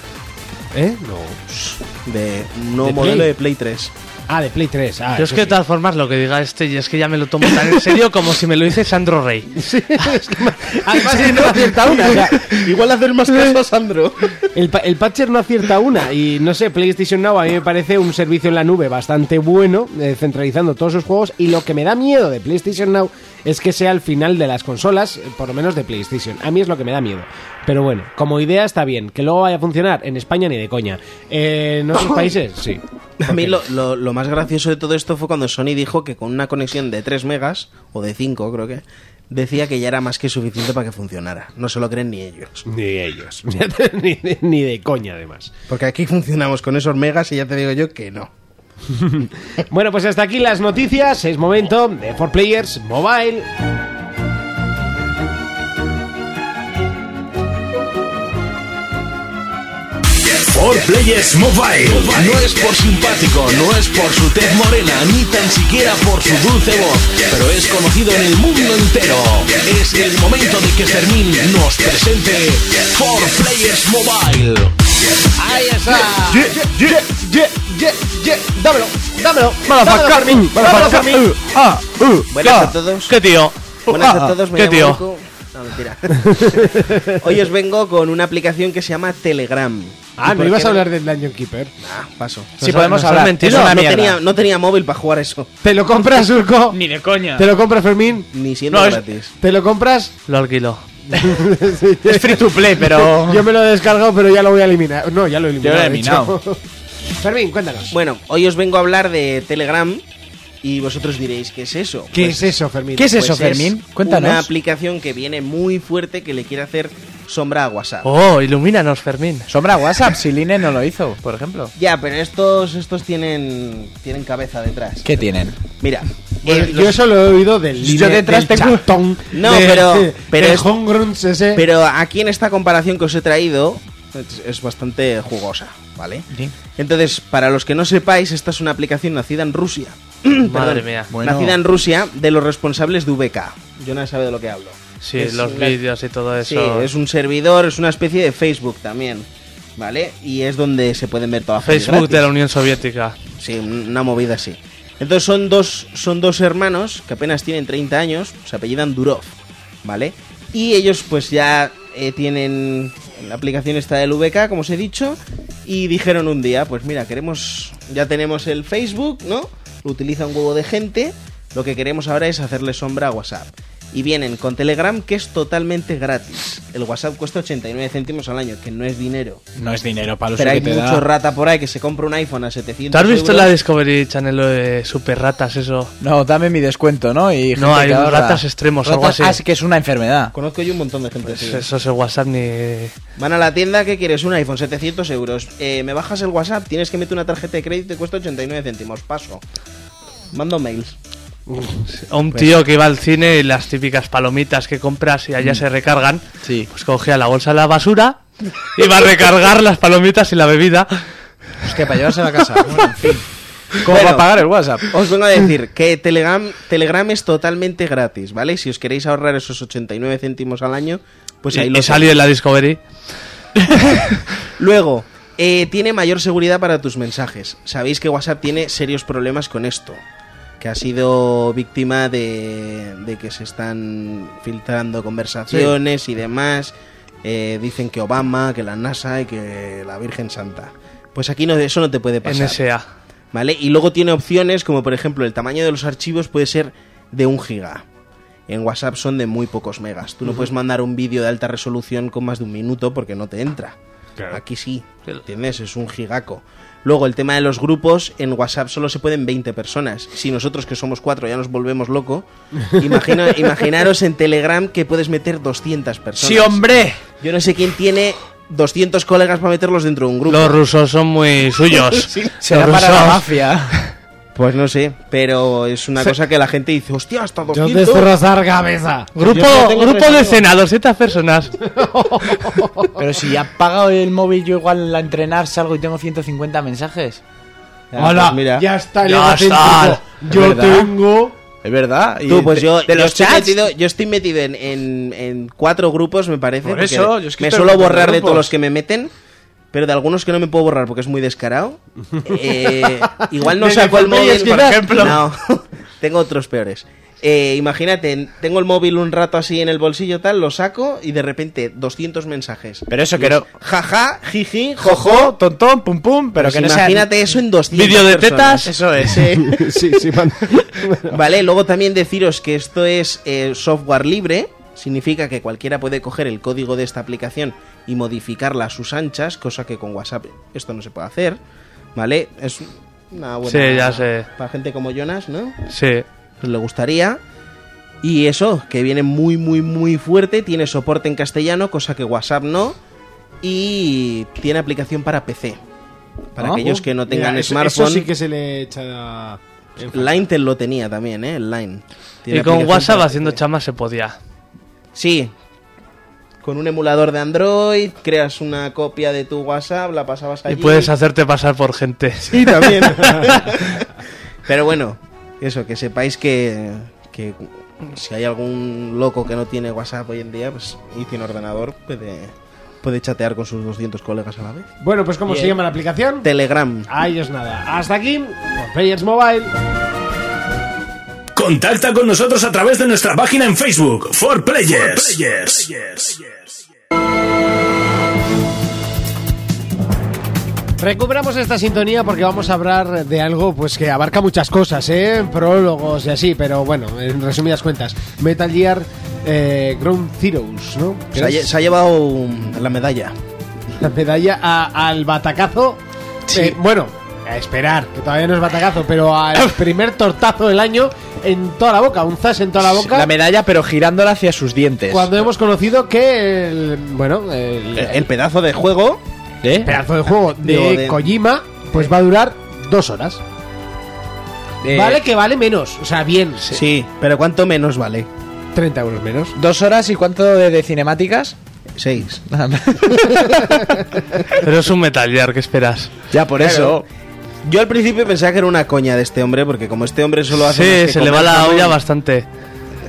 S2: ¿Eh? No.
S6: De un nuevo
S2: ¿De
S6: modelo
S2: Play?
S6: de Play 3.
S2: Ah, de Play 3. Ah,
S7: Yo es
S2: eso
S7: que de
S2: sí.
S7: todas formas lo que diga este, y es que ya me lo tomo tan en serio como si me lo dice Sandro Rey.
S2: Además, Ah, no acierta una. o sea,
S6: Igual hacer más caso a Sandro.
S2: el, pa- el Patcher no acierta una. Y no sé, PlayStation Now a mí me parece un servicio en la nube bastante bueno, eh, centralizando todos sus juegos. Y lo que me da miedo de PlayStation Now es que sea el final de las consolas, eh, por lo menos de PlayStation. A mí es lo que me da miedo. Pero bueno, como idea está bien. Que luego vaya a funcionar en España ni de coña. Eh, en otros países, sí.
S6: A mí lo, lo- lo más gracioso de todo esto fue cuando Sony dijo que con una conexión de 3 megas, o de 5 creo que, decía que ya era más que suficiente para que funcionara. No se lo creen ni ellos.
S2: Ni ellos. ni, de, ni de coña, además.
S6: Porque aquí funcionamos con esos megas y ya te digo yo que no.
S2: Bueno, pues hasta aquí las noticias. Es momento de 4Players Mobile.
S1: For Players Mobile. No es por simpático, no es por su tez morena, ni tan siquiera por su dulce voz, pero es conocido en el mundo entero. Es el momento de que Fermín nos presente For Players Mobile.
S8: Ahí está.
S2: Dámelo, dámelo.
S6: Buenas a todos.
S7: ¿Qué tío?
S6: Buenas a todos, me
S7: ¿Qué
S6: llamo
S7: tío?
S6: Urco. No, mentira. Hoy os vengo con una aplicación que se llama Telegram.
S2: Ah,
S6: ¿Y
S2: no
S6: por
S2: ibas
S6: qué
S2: a hablar del Dungeon Keeper.
S6: Ah, paso.
S5: Si podemos
S7: nos han
S5: hablar,
S7: mentido,
S5: es una
S6: no,
S5: mierda.
S6: tenía, no tenía móvil para jugar eso.
S2: ¿Te lo compras, Urco?
S5: Ni de coña.
S2: ¿Te lo compras, Fermín?
S6: Ni siendo
S5: No, es-
S6: gratis.
S2: ¿Te lo compras?
S7: Lo alquilo.
S2: Sí.
S5: Es free to play, pero.
S2: Yo me lo he descargado, pero ya lo voy a eliminar. No, ya lo he
S5: Yo
S2: eliminado.
S5: Oh. lo he
S2: de hecho.
S5: eliminado.
S2: Fermín, cuéntanos.
S6: Bueno, hoy os vengo a hablar de Telegram y vosotros diréis, ¿qué es eso?
S2: ¿Qué
S6: Pues
S2: es eso, Fermín?
S5: ¿Qué es eso,
S6: Pues
S5: Fermín? Cuéntanos.
S6: Una aplicación que viene muy fuerte que le quiere hacer sombra a WhatsApp.
S7: Oh, ilumínanos, Fermín.
S5: Sombra WhatsApp, si Line no lo hizo, por ejemplo.
S6: Ya, pero estos, estos tienen, tienen cabeza detrás.
S5: ¿Qué tienen?
S6: Mira,
S2: Bueno,
S6: eh,
S2: yo
S6: los-
S2: eso lo he oído del
S5: Yo
S2: líder
S5: detrás
S2: del
S5: tengo-
S2: chatón, este,
S6: No,
S2: del-
S6: pero- pero
S2: del
S6: es-
S2: Homegruns ese.
S6: pero aquí en esta comparación que os he traído es, es bastante jugosa, ¿vale?
S5: Sí.
S6: Entonces, para los que no sepáis, esta es una aplicación nacida en Rusia.
S7: Madre mía.
S5: Bueno.
S6: Nacida en Rusia de los responsables de VK. Yo no sabe de lo que hablo.
S7: Sí,
S6: Es
S7: los
S6: una-
S7: vídeos y todo
S6: Sí,
S7: eso.
S6: es un servidor, es una especie de Facebook también, ¿vale? Y es donde se pueden ver todas las
S7: Facebook de la Unión Soviética.
S6: Sí, una movida así. Entonces son dos, son dos hermanos que apenas tienen 30 años, se apellidan Durov, ¿vale? Y ellos pues ya eh, tienen la aplicación esta del VK, como os he dicho, y dijeron un día, pues mira, queremos, ya tenemos el Facebook, ¿no? Lo utiliza un huevo de gente, lo que queremos ahora es hacerle sombra a WhatsApp. Y vienen con Telegram que es totalmente gratis. El WhatsApp cuesta 89 céntimos al año, que no es dinero.
S5: No es dinero para los
S6: Pero hay
S5: que te
S6: mucho
S5: da.
S6: rata por ahí que se compra un iPhone a 700
S7: ¿Tú has visto
S6: euros.
S7: la Discovery Channel lo de super ratas eso?
S5: No, dame mi descuento, ¿no? Y
S7: No,
S5: gente
S7: hay
S5: que ahorra.
S7: ratas extremos, algo
S5: Ratas-
S7: así.
S5: Ah, sí que es una enfermedad.
S6: Conozco yo un montón de gente.
S7: Pues
S6: así.
S7: eso es el WhatsApp ni...
S6: Van a la tienda, ¿qué quieres? Un iPhone, 700 euros. Eh, me bajas el WhatsApp, tienes que meter una tarjeta de crédito y cuesta 89 céntimos. Paso. Mando mails.
S7: O
S6: Pues
S7: un tío que iba al cine y las típicas palomitas que compras y allá
S6: Mm.
S7: se recargan.
S5: Sí.
S7: Pues cogía la bolsa de la basura, iba a recargar las palomitas y la bebida.
S6: Pues
S5: Hostia, Pues para llevarse a la casa. Bueno, en fin. ¿Cómo
S6: Bueno.
S5: va a pagar el WhatsApp?
S6: Os vengo a decir que Telegram, Telegram es totalmente gratis, ¿vale? Si os queréis ahorrar esos 89 céntimos al año, pues
S5: Eh,
S6: ahí
S7: y
S6: lo
S7: y salí en la Discovery.
S6: Luego, eh, tiene mayor seguridad para tus mensajes. Sabéis que WhatsApp tiene serios problemas con esto. Que ha sido víctima de, de que se están filtrando conversaciones y demás. Eh, dicen que Obama, que la NASA y que la Virgen Santa. Pues aquí no, eso no te puede pasar.
S7: NSA.
S6: ¿Vale? Y luego tiene opciones como por ejemplo el tamaño de los archivos puede ser de un giga. En WhatsApp son de muy pocos megas. Tú no puedes mandar un vídeo de alta resolución con más de un minuto porque no te entra. Aquí sí, ¿entiendes? Es un gigaco. Luego el tema de los grupos, en WhatsApp solo se pueden 20 personas. Si nosotros que somos cuatro ya nos volvemos loco, imagina- imaginaros en Telegram que puedes meter 200 personas.
S5: ¡Sí, hombre!
S6: Yo no sé quién tiene 200 colegas para meterlos dentro de un grupo.
S7: Los rusos son muy suyos.
S5: Será
S7: Los
S5: para la
S7: rusos.
S5: mafia.
S6: Pues no sé, pero es una cosa que la gente dice, hostia, hasta
S2: Yo
S6: 200.
S2: destrozar cabeza.
S7: Grupo,
S6: Yo tengo
S7: grupo
S6: tres
S7: de
S6: amigos.
S7: cena, 200 personas.
S5: Pero si ya he pagado el móvil, yo igual a entrenar salgo y tengo 150 mensajes.
S6: Ah,
S2: Hola,
S6: pues mira.
S2: ya está el
S7: Ya está.
S2: egocéntrico. Yo
S5: ¿Verdad?
S2: tengo.
S5: Es verdad. Y
S6: Tú, pues
S5: de-
S6: yo,
S5: de
S6: yo
S5: los
S6: estoy
S5: chats.
S6: metido, yo estoy metido en, en- en cuatro grupos, me parece.
S5: Por
S6: porque
S5: eso, yo es que
S6: me
S5: estoy
S6: suelo
S5: en cuatro
S6: borrar de
S5: grupos.
S6: todos los que me meten. pero de algunos que no me puedo borrar porque es muy descarado. eh, igual no
S2: Desde
S6: saco el móvil,
S2: Pompeya,
S6: por
S2: quizás.
S6: ejemplo. No, tengo otros peores. Eh, imagínate, tengo el móvil un rato así en el bolsillo tal, lo saco y de repente 200 mensajes.
S5: Pero eso que no.
S6: Jaja, jiji, jojo.
S5: Jojo, tontón, pum pum, pero que no sea.
S6: Pues imagínate eso en 200
S7: Vídeo de
S6: personas.
S7: tetas.
S5: Eso es.
S2: sí, sí, man.
S6: Vale, luego también deciros que esto es eh, software libre, significa que cualquiera puede coger el código de esta aplicación y modificarla a sus anchas, cosa que con WhatsApp esto no se puede hacer, ¿vale? Es una buena...
S7: Sí, ya sé.
S6: Para gente como Jonas, ¿no?
S7: Sí.
S6: Pues le gustaría. Y eso, que viene muy, muy, muy fuerte, tiene soporte en castellano, cosa que WhatsApp no, y tiene aplicación para PC. Para
S5: Ah,
S6: aquellos que no tengan
S2: Mira, eso-
S6: smartphone,
S2: Eso sí que se le echa. en fa-
S6: Line te lo tenía también, ¿eh? El Line. Tiene
S7: Y con
S6: aplicación
S7: WhatsApp
S6: para
S7: haciendo
S6: PC.
S7: chamas se podía.
S6: Sí. Con un emulador de Android, creas una copia de tu WhatsApp, la pasabas allí.
S7: Y puedes hacerte pasar por gente.
S6: Sí, también. Pero bueno, eso, que sepáis que, que si hay algún loco que no tiene WhatsApp hoy en día pues, y tiene ordenador, puede, puede chatear con sus 200 colegas a la vez.
S2: Bueno, pues ¿cómo se llama la aplicación?
S6: Telegram.
S2: Ahí es nada. Hasta aquí, por Players Mobile.
S1: Contacta con nosotros a través de nuestra página en Facebook, For Players. Players.
S2: Recuperamos esta sintonía porque vamos a hablar de algo pues que abarca muchas cosas, ¿eh? Prólogos y así, pero bueno, en resumidas cuentas, Metal Gear eh, Ground Zeroes, ¿no?
S6: Se ha, lle- se ha llevado um, la medalla.
S2: La medalla a- al batacazo. eh, bueno, a esperar, que todavía no es batacazo, pero al primer tortazo del año en toda la boca, un zas en toda la boca.
S5: La medalla, pero girándola hacia sus dientes.
S2: cuando hemos conocido que el, bueno, el,
S6: Eh, El pedazo de juego
S5: ¿Eh?
S2: pedazo de juego
S6: Digo,
S2: de,
S6: de-
S2: Kojima, pues va a durar dos horas.
S5: Eh,
S2: Vale que vale menos, o sea, bien,
S6: Sí. pero ¿cuánto menos vale?
S2: 30 euros menos.
S5: Dos horas y cuánto de, de cinemáticas.
S6: Seis.
S7: Pero es un Metal Gear, ¿qué esperas?
S5: ya por
S6: Claro.
S5: eso.
S6: Yo al principio pensaba que era una coña de este hombre, porque como este hombre solo hace. más
S7: Sí,
S6: que
S7: se le va
S6: comer
S7: la
S6: jamón-
S7: olla bastante.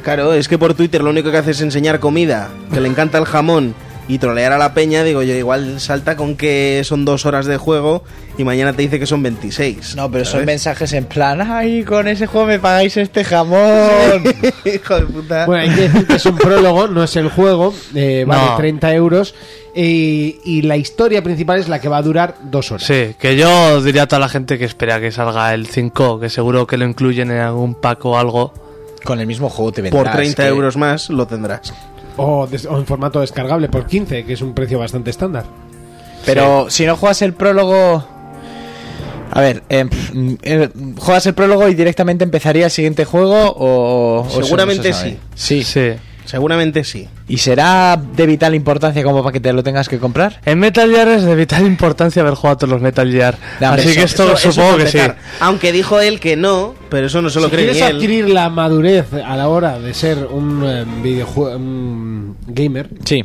S6: Claro, es que por Twitter lo único que hace es enseñar comida, que le encanta el jamón y trolear a la peña. Digo yo, igual salta con que son dos horas de juego y mañana te dice que son 26.
S5: No, pero son
S6: ¿sabes?
S5: mensajes en plan, ay, con ese juego me pagáis este jamón.
S6: Hijo de puta.
S2: Bueno, hay que decir que es un prólogo, no es el juego, eh, vale
S7: No.
S2: 30 euros. eh, y la historia principal es la que va a durar dos horas.
S7: Sí, que yo diría a toda la gente que espera que salga el 5, que seguro que lo incluyen en algún pack o algo.
S5: con el mismo juego te vendrás.
S6: por 30
S5: que-
S6: euros más lo tendrás.
S2: O, des- o en formato descargable por 15, que es un precio bastante estándar.
S5: Pero si no juegas el prólogo. A ver, eh, pff, mm, eh, ¿juegas el prólogo y directamente empezaría el siguiente juego o.? o eso no se
S6: Seguramente
S5: sabe?
S7: Sí.
S5: Sí.
S6: Seguramente sí.
S5: ¿Y será de vital importancia como para que te lo tengas que comprar?
S7: En Metal Gear es de vital importancia haber jugado a todos los Metal Gear.
S5: No, hombre,
S7: Así que
S5: eso-
S7: esto
S6: Eso- eso
S7: supongo
S6: para
S7: que sí.
S6: empezar. Aunque dijo él que no, pero eso no se lo
S2: si
S6: cree
S2: quieres
S6: ni él.
S2: adquirir la madurez a la hora de ser un videojuego gamer,
S5: Sí.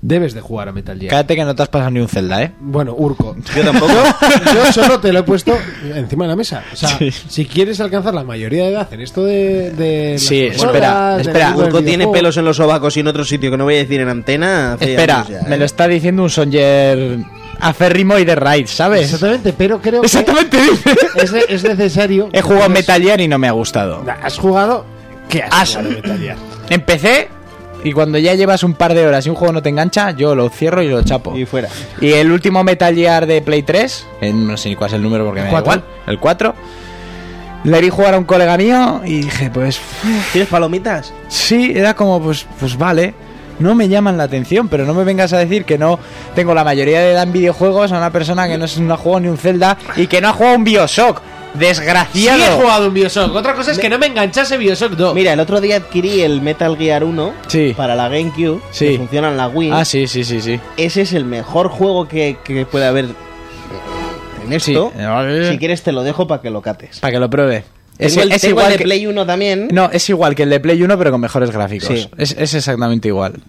S2: debes de jugar a Metal Gear.
S5: Cállate que no te has pasado ni un Zelda, ¿eh?
S2: Bueno, Urco.
S6: Yo tampoco.
S2: Yo solo te lo he puesto encima de la mesa. O sea, si quieres alcanzar la mayoría de edad en esto de. de las
S5: Sí,
S2: consolas,
S5: espera,
S2: del
S5: espera.
S2: mundo del
S6: Urco tiene
S2: videojuego,
S6: pelos en los ovacos y en otro sitio que no voy a decir en antena. hace
S5: Espera,
S6: años ya,
S5: me
S6: ¿eh?
S5: lo está diciendo un Songer aférrimo y de raid, ¿sabes?
S2: Exactamente, pero creo
S5: Exactamente dice.
S2: que es, es necesario.
S5: He jugado Metal Gear y no me ha gustado.
S2: Has jugado. ¿Qué has
S5: Has-
S2: jugado Metal Gear?
S5: Empecé y cuando ya llevas un par de horas y un juego no te engancha, yo lo cierro y lo chapo.
S6: Y fuera.
S5: Y el último Metal Gear de Play 3, eh, no sé ni cuál es el número porque me da
S2: Cuatro.
S5: igual, el 4. Le vi jugar a un colega mío y dije, pues
S6: ¿Tienes palomitas?
S5: sí, era como, pues, pues vale. No me llaman la atención, pero no me vengas a decir que no tengo la mayoría de edad en videojuegos a una persona que no, es- no ha jugado ni un Zelda y que no ha jugado un Bioshock.
S2: Sí, he
S5: Desgraciado.
S2: jugado un Bioshock. Otra cosa es que no me enganchase Bioshock 2.
S6: Mira, el otro día adquirí el Metal Gear 1
S5: Sí.
S6: para la GameCube,
S5: Sí.
S6: que funciona en la Wii.
S5: ah, sí, sí, sí, sí.
S6: Ese es el mejor juego que, que puede haber en esto.
S5: Sí. Eh,
S6: Si quieres te lo dejo para que lo cates.
S5: Para que lo pruebe.
S6: Es,
S5: Es,
S6: tengo el,
S5: es
S6: tengo el
S5: igual
S6: de
S5: que,
S6: Play 1 también.
S5: No, es igual que el de Play 1, pero con mejores gráficos.
S6: Sí.
S5: Es, es exactamente igual.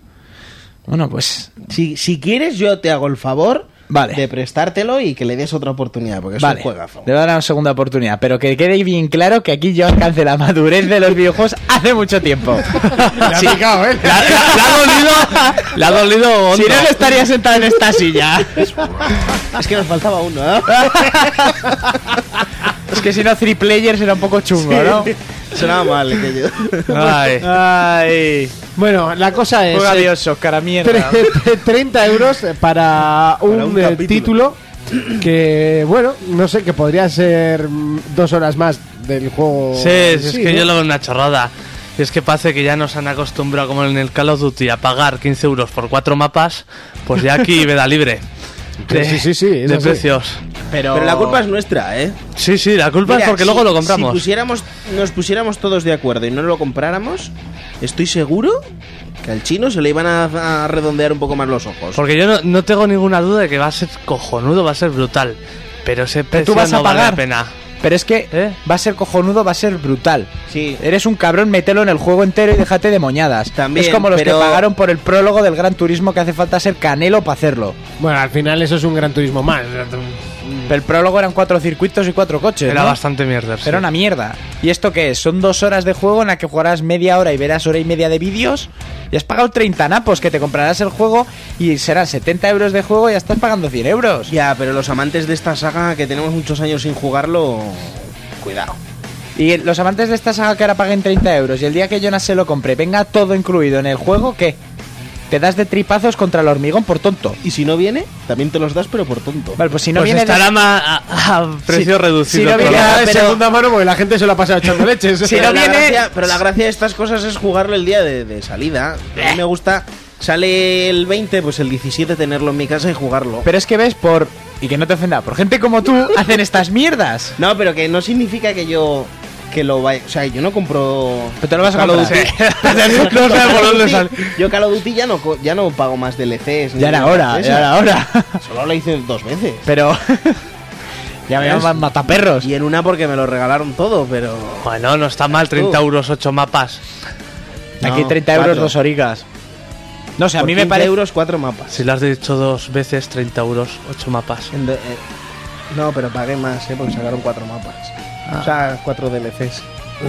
S5: Bueno, pues.
S6: Si, si quieres yo te hago el favor
S5: Vale.
S6: de prestártelo y que le des otra oportunidad, porque es
S5: Vale,
S6: un juegazo.
S5: le voy a dar una segunda oportunidad, pero que quede bien claro que aquí yo alcancé la madurez de los videojuegos hace mucho tiempo. Sí.
S6: ¿eh?
S7: Le ha- le ha le ha dolido. Le ha dolido.
S5: Si
S7: hondo.
S5: no, no estaría sentado en esta silla.
S6: Ah, Es que nos faltaba uno, ¿eh?
S5: Es que si no, three players era un poco chungo, ¿no?
S6: Sonaba mal eh, aquello.
S7: Ay.
S2: Oh,
S5: Ay,
S2: Bueno, la cosa es...
S5: juega
S2: eh,
S5: Dios, cara mierda.
S2: tre- tre- 30 euros para un,
S6: un
S2: eh,
S6: capítulo.
S2: título que, bueno, no sé, que podría ser mm, dos horas más del juego.
S7: Sí,
S2: en
S7: es, es que
S2: ¿no?
S7: yo lo veo una chorrada. Y es que parece que ya nos han acostumbrado, como en el Call of Duty, a pagar 15 euros por cuatro mapas, pues ya aquí veda libre. De,
S2: Sí, sí, sí, es
S7: de
S2: así.
S7: precios.
S6: Pero la culpa es nuestra, ¿eh?
S7: Sí, sí, la culpa
S6: Mira,
S7: es porque
S6: si-
S7: luego lo
S6: Si
S7: compramos.
S6: pusiéramos, nos pusiéramos todos de acuerdo y no lo compráramos, estoy seguro que al chino se le iban a, a redondear un poco más los ojos.
S7: porque yo no, no tengo ninguna duda de que va a ser cojonudo, va a ser brutal. Pero ese precio
S5: vas a
S7: no vale
S5: pagar.
S7: la pena.
S5: Pero es que
S7: ¿Eh?
S5: va a ser cojonudo, va a ser brutal.
S6: Sí. eh,
S5: Eres un cabrón, mételo en el juego entero y déjate de moñadas.
S6: También,
S5: es como los
S6: pero-
S5: que pagaron por el prólogo del Gran Turismo que hace falta ser canelo para hacerlo.
S2: Bueno, al final eso es un gran turismo más.
S6: Mm.
S5: Pero el prólogo eran cuatro circuitos y cuatro coches.
S7: Era
S5: ¿no?
S7: bastante mierda. sí.
S5: Era una mierda. ¿Y esto qué es? Son dos horas de juego en la que jugarás media hora y verás hora y media de vídeos. Y has pagado 30 napos que te comprarás el juego y serán 70 euros de juego y ya estás pagando 100 euros.
S6: Ya, pero los amantes de esta saga que tenemos muchos años sin jugarlo, cuidado.
S5: Y los amantes de esta saga que ahora paguen 30 euros y el día que Jonas se lo compre venga todo incluido en el juego, ¿qué? Te das de tripazos contra el hormigón por tonto.
S6: Y si no viene, también te los das, pero por tonto.
S5: Vale, pues si no
S7: Pues
S5: viene... de-
S7: estará ma- a, a precio
S5: Si-
S7: reducido.
S5: si no
S7: pero-
S5: viene a- pero-
S2: mano porque la gente se lo ha pasado echando leches.
S5: Si no
S6: la
S5: viene-
S6: gracia- pero la gracia de estas cosas es jugarlo el día de, de salida. A mí me gusta. Sale el 20, pues el 17 tenerlo en mi casa y jugarlo.
S5: Pero es que ves por... Y que no te ofenda, por gente como tú hacen estas mierdas.
S6: No, pero que no significa que yo que lo vaya. O sea, yo no compro.
S5: Pero te lo vas a
S6: Call of
S5: comprar.
S6: Duty.
S7: no sé por dónde
S6: Duty-
S7: sale.
S6: Yo Call of Duty ya no, co- ya no pago más DLCs. ni
S5: Ya era
S6: nada
S5: hora,
S6: de
S5: ya era
S6: eso.
S5: hora.
S6: Solo lo hice dos veces.
S5: Pero... ya me
S6: ¿Ves?
S5: llaman mataperros.
S6: Y en una porque me lo regalaron todo, pero.
S7: Bueno, no está mal, 30
S5: Uh.
S6: Tú.
S7: euros, 8 mapas.
S5: Aquí
S6: No,
S5: 30 euros
S6: cuatro.
S5: dos origas. No sé, a
S6: Por
S5: mí me
S6: 15
S5: parece...
S6: euros, cuatro mapas.
S7: Si lo has dicho dos veces, 30 euros, 8 mapas.
S6: En de- eh, No, pero pagué más, ¿eh? Porque sacaron cuatro mapas. O sea, cuatro DLCs.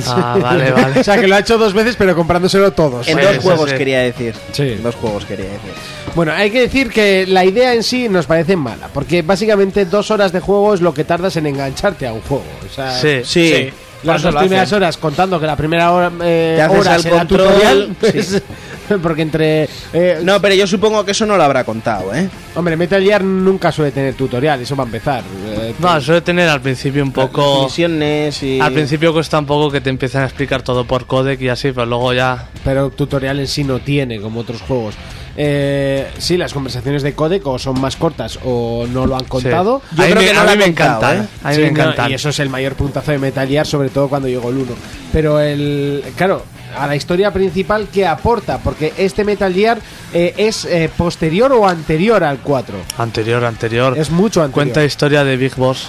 S7: Ah, vale, vale.
S2: O sea, que lo ha hecho dos veces, pero comprándoselo todos.
S5: Pues
S6: En
S7: Sí,
S6: dos
S7: sí,
S6: juegos
S7: sí.
S6: quería decir.
S2: Sí.
S6: En dos juegos quería decir.
S2: Bueno, hay que decir que la idea en sí nos parece mala, porque básicamente dos horas de juego es lo que tardas en engancharte a un juego. O sea,
S7: Sí,
S5: Sí. Por
S2: Las
S5: eso
S2: dos
S5: lo
S2: primeras
S5: hacen.
S2: horas, contando que la primera hora, eh,
S6: Te haces
S2: hora
S6: el
S2: será
S6: control,
S2: tutorial,
S6: sí.
S2: pues, porque entre... eh,
S6: No, pero yo supongo que eso no lo habrá contado, ¿eh?
S2: Hombre, Metal Gear nunca suele tener tutorial, eso va a empezar. eh,
S7: No, suele tener al principio un
S6: Las
S7: poco.
S6: misiones y.
S7: Al principio cuesta un poco que te empiezan a explicar todo por codec y así, pero luego ya.
S2: pero tutorial en sí no tiene como otros juegos. Eh, sí, las conversaciones de codec o son más cortas o no lo han contado.
S7: Yo creo que no
S6: la
S7: a mí
S6: ha
S7: me
S6: contado,
S7: encanta.
S6: ¿eh?
S7: A mí
S2: Sí,
S7: me
S2: no,
S7: encanta.
S2: y eso es el mayor puntazo de Metal Gear, sobre todo cuando llegó el 1. Pero el. Claro, a la historia principal, ¿qué aporta? Porque este Metal Gear eh, es eh, posterior o anterior al 4.
S7: Anterior, anterior.
S2: Es mucho anterior.
S7: Cuenta historia de Big Boss.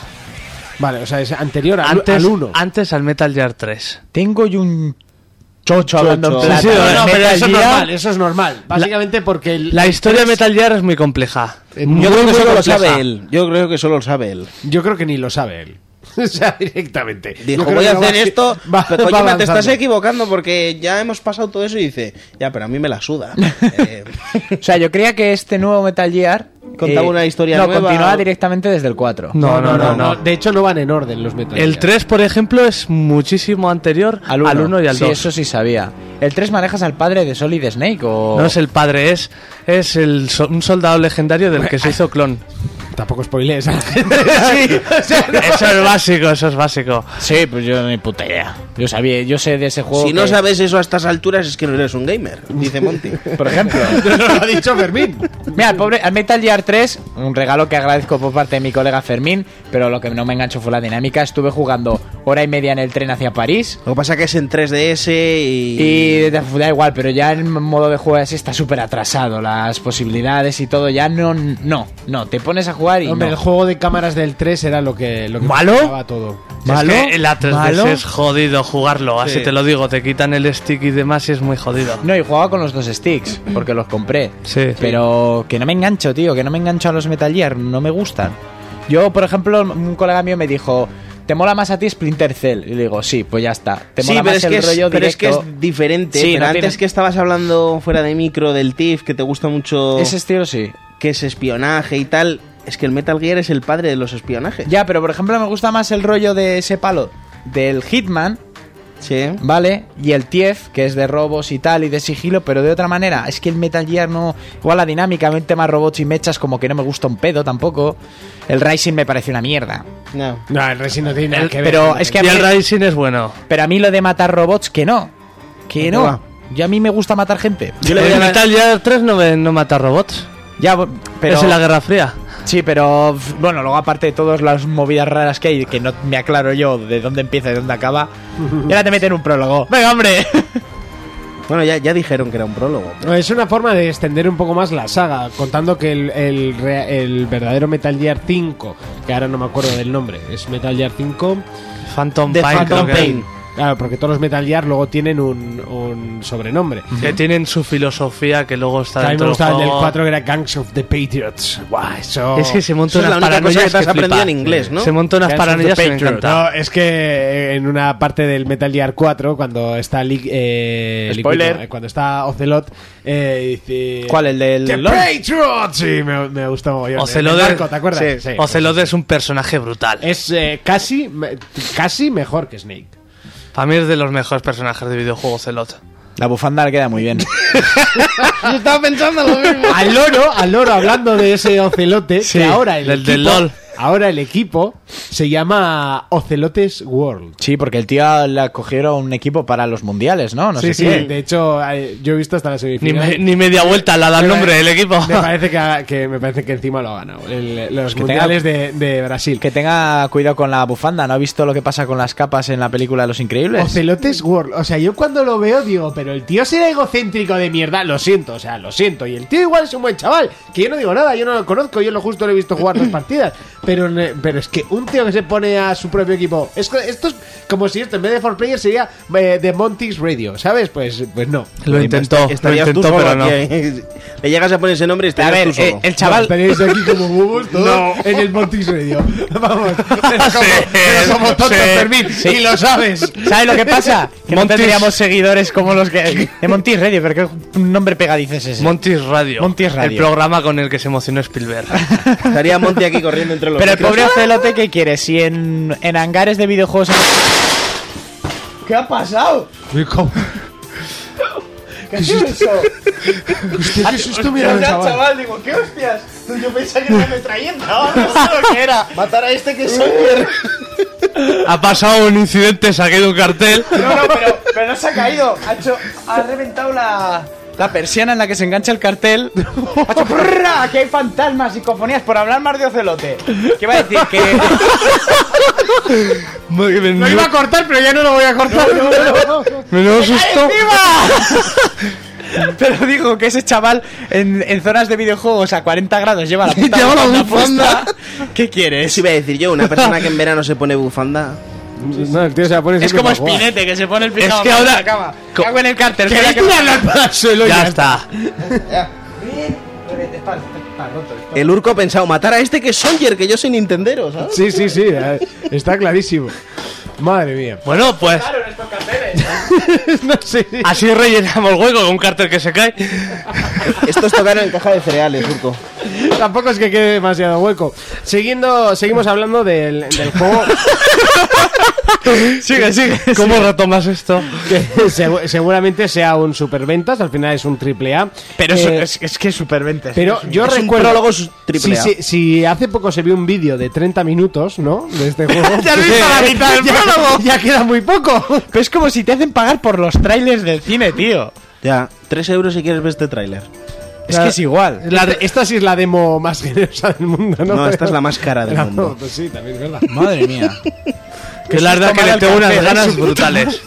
S2: Vale, o sea, es anterior al,
S7: Antes,
S2: al 1.
S7: antes al Metal Gear 3.
S5: Tengo yo un chocho hablando en
S6: Chocho.
S5: plata.
S7: Sí, sí, no, no, pero
S5: Metal
S7: eso es
S5: Gear,
S7: normal.
S2: eso es normal. Básicamente porque. el-
S7: La historia de
S2: tres-
S7: Metal Gear es muy compleja.
S2: Eh,
S7: Muy,
S6: Yo creo que
S7: muy
S6: solo lo
S7: compleja.
S6: sabe él. Yo creo que solo lo sabe él.
S2: Yo creo que ni lo sabe él. o sea, directamente.
S6: Dijo,
S2: Yo creo
S6: voy a
S2: que lo
S6: hacer
S2: va-
S6: esto.
S2: va-
S6: pero,
S2: va
S6: coño, te
S2: avanzando.
S6: estás equivocando porque ya hemos pasado todo eso y dice, ya, pero a mí me la suda. Eh,
S5: O sea, yo creía que este nuevo Metal Gear... eh,
S6: Contaba una historia
S5: No,
S6: nueva
S5: continuaba
S6: o-
S5: directamente desde el 4.
S7: No, no, no, no.
S2: De hecho, no van en orden los Metal
S7: El
S2: Gear.
S7: 3, por ejemplo, es muchísimo anterior
S5: Al 1.
S7: al 1 y al 2.
S5: Sí, eso sí sabía. ¿El 3 manejas al padre de Solid Snake o...?
S7: No es el padre, es, es el so- un soldado legendario del que se hizo clon.
S2: Tampoco spoilees a la gente.
S7: Eso es básico, eso es básico.
S5: Sí, pues yo ni puta idea. Yo sabía, yo sé de ese juego
S6: si no
S5: que-
S6: sabes eso a estas alturas es que no eres un gamer, dice Monty.
S5: Por ejemplo.
S2: lo ha dicho Fermín.
S5: Mira, al, pobre, al Metal Gear 3, un regalo que agradezco por parte de mi colega Fermín, pero lo que no me enganchó fue la dinámica. Estuve jugando hora y media en el tren hacia París.
S6: Lo que pasa que es en 3DS y...
S5: Y da da igual, pero ya el modo de juego así está súper atrasado. Las posibilidades y todo ya no, no, no. Te pones a jugar y
S2: Hombre,
S5: no.
S2: el juego de cámaras del 3 era lo que, lo que
S5: ¿Malo?
S2: funcionaba todo.
S5: ¿Malo?
S7: Es que la 3DS
S5: ¿Malo?
S7: es jodido jugarlo, así te lo digo. Te quitan el stick y demás y es muy jodido.
S5: No, y jugaba con los dos sticks, porque los compré.
S7: Sí.
S5: Pero que no me engancho, tío, que no me engancho a los Metal Gear, no me gustan. Yo, por ejemplo, un colega mío me dijo, ¿te mola más a ti Splinter Cell? Y le digo, sí, pues ya está. Te
S6: Sí,
S5: mola
S6: pero
S5: más
S6: es,
S5: el
S6: que es,
S5: rollo
S6: pero es que
S5: directo.
S6: es diferente.
S5: Sí,
S6: pero
S5: no
S6: antes
S5: tiene-
S6: que estabas hablando fuera de micro del TIF, que te gusta mucho
S5: Ese estilo sí.
S6: que es espionaje y tal, es que el Metal Gear es el padre de los espionajes.
S5: Ya, pero por ejemplo me gusta más el rollo de ese palo del Hitman,
S6: Sí.
S5: ¿vale? Y el TIEF, que es de robos y tal, y de sigilo, pero de otra manera. Es que el Metal Gear no... Igual la dinámica, vente más robots y mechas, como que no me gusta un pedo tampoco. El Rising me parece una mierda.
S6: No.
S2: No, el Resident no tiene nada que ver.
S5: Pero es que a
S7: Y
S5: mí,
S7: el Rising es bueno.
S5: pero a mí lo de matar robots, que no. Que
S6: va.
S5: no. Yo a mí me gusta matar gente.
S7: Yo le en Metal Gear 3 no, me- no mata robots.
S5: Ya, bo- pero...
S7: Es en la Guerra Fría.
S5: Sí, pero f- bueno, luego aparte de todas las movidas raras que hay, que no me aclaro yo de dónde empieza y dónde acaba, y ahora te meten un prólogo. ¡Venga, hombre!
S6: Bueno, ya, ya dijeron que era un prólogo.
S2: No, Es una forma de extender un poco más la saga, contando que el, el rea- el verdadero Metal Gear 5, que ahora no me acuerdo del nombre, es Metal Gear 5.
S7: Phantom
S6: The
S7: Pain.
S6: Phantom
S7: creo que
S6: Pain.
S2: Claro, porque todos los Metal Gear luego tienen un, un sobrenombre.
S7: es. Que tienen su filosofía que luego está
S2: A mí me
S7: dentro del
S2: gustaba el del
S7: juego.
S2: 4 que era Gangs of the Patriots. Guau, eso.
S7: Es que se
S6: Eso
S7: monta
S6: es
S7: unas
S6: la única cosa
S7: paranoias
S6: que te has
S7: flipa.
S6: aprendido en inglés, ¿no?
S7: Se monta unas
S2: Gangs of the
S7: paranoias que me
S2: Patriots.
S7: encanta.
S2: No, es que eh, en una parte del Metal Gear 4, cuando está. Lic- eh, Liquid,
S5: Spoiler.
S2: no, eh, cuando está Ocelot, eh, dice.
S5: ¿Cuál? ¿El
S2: The
S5: del LOL?
S2: Patriots. Sí, me, me gustó mogollón.
S7: Ocelot
S2: El
S7: es-
S2: barco, ¿te acuerdas?
S7: sí. Ocelot es un personaje brutal.
S2: Es eh, casi, me- casi mejor que Snake.
S7: Para mí es de los mejores personajes de videojuego Ocelot.
S5: La bufanda le queda muy bien.
S6: estaba pensando lo mismo.
S2: Al loro, al loro, hablando de ese ocelote,
S7: Sí,
S2: que ahora el
S7: del-
S2: equipo,
S7: del LOL.
S2: ahora el equipo se llama Ocelotes World.
S5: Sí, porque el tío la cogieron un equipo para los mundiales, ¿no? No
S2: sí,
S5: sé
S2: sí,
S5: qué.
S2: de hecho, eh, yo he visto hasta la
S7: Ni,
S2: semifinal.
S7: me- ni media vuelta la da el
S2: Me
S7: nombre
S2: parece-
S7: del equipo.
S2: Me parece que, ha- que me parece que encima lo ha ganado. el-
S7: Pues
S2: los
S5: que tenga-
S2: mundiales de, de Brasil.
S5: Que tenga cuidado con la bufanda. ¿No ha visto lo que pasa con las capas en la película de Los Increíbles?
S2: Ocelotes World. O sea, yo cuando lo veo digo, pero el tío será egocéntrico de mierda. Lo siento, o sea, lo siento. Y el tío igual es un buen chaval. Que yo no digo nada, yo no lo conozco, yo lo justo lo he visto jugar dos partidas. Pero, ne- pero es que un tío que se pone a su propio equipo. Es, que esto es como si esto en vez de 4Player sería eh, de Monty's Radio, ¿sabes? Pues, pues no.
S7: Lo intentó, lo
S6: Estarías tú
S7: intentó,
S6: solo
S7: pero no.
S6: aquí, ¿eh? Le llegas a poner ese nombre
S5: A
S6: y estarías
S5: ver,
S6: tú solo.
S5: eh, el chaval...
S2: No, estaréis aquí como bubos todos en el Monty's Radio. Vamos. Pero como,
S7: Sí,
S2: pero como tontos,
S7: sí.
S2: Fermín, Y lo sabes.
S5: ¿Sabes lo que pasa? Que no
S7: Montis-
S5: tendríamos seguidores como los que... De Montis Radio, pero qué nombre pegadiz es ese.
S7: Montis Radio.
S5: Montis Radio.
S7: El programa con el que se emocionó Spielberg.
S6: Estaría Monty aquí corriendo entre los
S5: Pero el
S6: micros.
S5: pobre Ocelote, ¿qué quiere? Si en, en hangares de videojuegos... ¿Qué ha pasado? ¿Qué ha sido eso?
S2: Hostia, qué susto mira al chaval.
S5: digo, ¿qué hostias? Yo pensaba que era una metralleta, no sé lo que era. Matar a este que es Sawyer.
S7: ha pasado un incidente, saqué de un cartel.
S5: No, no, pero, pero no se ha caído. Ha, hecho, ha reventado la, la persiana en la que se engancha el cartel. Ha hecho prrra, Aquí hay fantasmas, psicofonías, por hablar más de Ocelote. ¿Qué va a decir? Que...
S7: Lo
S2: Lo iba a cortar, pero ya no lo voy a cortar.
S7: Menudo susto.
S5: Pero digo que ese chaval en, en zonas de videojuegos a 40 grados lleva la puta
S7: Lleva la
S5: bufanda
S7: bufanda.
S5: puesta. ¿Qué quieres?
S6: Eso iba a decir yo, una persona que en verano se pone bufanda.
S2: No, el tío se la pone
S5: Es
S2: siempre
S5: como
S2: para jugar.
S5: Spinete que se pone el pijama
S7: Es que
S5: abajo de
S7: ahora-
S5: la cama.
S7: co-
S5: Cago en el cárter. espera que-
S7: Ya está.
S6: El Urco ha pensado matar a este que es Soldier, que yo soy Nintendero, ¿sabes?
S2: Sí, sí, sí, eh, está clarísimo. Madre mía.
S7: Bueno, pues
S2: No sé.
S7: así rellenamos el hueco con un cartel que se cae.
S6: Estos tocaron en caja de cereales, Urco.
S2: Tampoco es que quede demasiado hueco. Siguiendo, seguimos hablando del, del juego
S7: Sigue, sigue. ¿Cómo retomas esto?
S2: que segu- seguramente sea un superventas. Al final es un triple A.
S5: Pero eso
S2: Eh,
S5: es, es que es supervente.
S2: Pero yo
S6: es un
S2: recuerdo.
S6: prólogo sus- triple
S2: si,
S6: A.
S2: si- si hace poco se vio un vídeo de 30 minutos, ¿no? De este juego.
S5: Ya has visto la mitad del prólogo.
S2: Ya queda muy poco.
S5: Pero es como si te hacen pagar por los trailers del cine, tío.
S6: Ya, 3 euros si quieres ver este tráiler.
S5: Es que es igual.
S2: La de- esta sí es la demo más generosa del mundo, ¿no?
S6: No, esta es la más cara del
S2: No,
S6: mundo.
S2: Pues sí, también es verdad.
S5: Madre mía.
S7: Que la verdad que le tengo unas ganas brutales.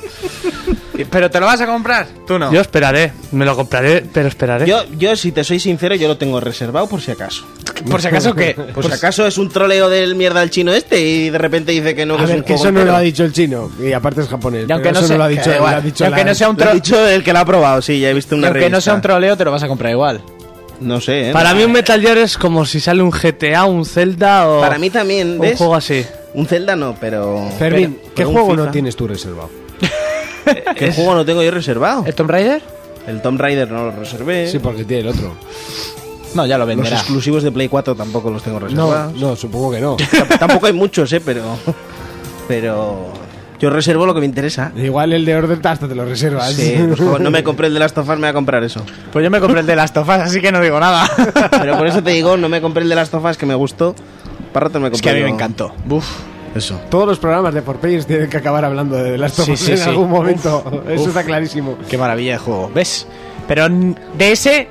S5: Pero te lo vas a comprar. Tú no.
S7: Yo esperaré, me lo compraré, pero esperaré.
S6: Yo, yo, si te soy sincero, yo lo tengo reservado por si acaso.
S5: Por si acaso que.
S6: Pues acaso es un troleo del mierda al chino este y de repente dice que no, que
S2: A
S6: es un
S2: ver, que
S6: juego
S2: eso no
S6: entero.
S2: lo ha dicho el chino. Y aparte es japonés.
S5: Y aunque
S2: pero
S5: no
S2: eso
S5: sea-
S2: no lo ha
S5: que
S2: dicho,
S5: da
S2: lo
S5: igual.
S2: ha dicho
S5: Y aunque
S2: la-
S5: no sea un
S6: Lo ha
S5: tro-
S6: dicho el que lo ha probado, sí, ya he visto una
S5: Aunque no sea un
S6: revista.
S5: troleo, te lo vas a comprar igual.
S6: No sé, ¿eh?
S7: Para mí un Metal Gear es como si sale un GTA, un Zelda o
S6: Para mí también,
S7: un
S6: ¿ves?
S7: juego así.
S6: Un Zelda no, pero...
S2: Fermín,
S6: pero-
S2: ¿qué
S6: pero un
S2: juego
S6: FIFA.
S2: no tienes tú reservado?
S6: ¿Qué juego no tengo yo reservado?
S5: ¿El Tomb Raider?
S6: El Tomb Raider no lo reservé.
S2: Sí, pues, porque tiene el otro.
S5: No, ya lo
S6: Los
S5: venderá.
S6: exclusivos de Play 4 tampoco los tengo
S2: No,
S6: reservados.
S2: Ah, no, supongo que no.
S6: Tamp- Tampoco hay muchos, ¿eh? Pero... Pero... Yo reservo lo que me interesa.
S2: Igual el de Order hasta te lo reservas.
S6: Sí, por favor, no me compré el de Last of Us, me voy a comprar eso.
S5: Pues yo me compré el de las tofas, así que no digo nada.
S6: Pero por eso te digo, no me compré el de Last of Us, que me gustó. Para rato me compré
S5: es que a mí
S6: yo-
S5: me encantó. Buf.
S6: Eso.
S2: Todos los programas de 4Players tienen que acabar hablando de las
S5: Sí,
S2: tomas
S5: sí,
S2: en
S5: sí.
S2: algún momento. Eso
S5: uf.
S2: está clarísimo.
S5: Qué maravilla de juego, ¿ves? Pero n- de ese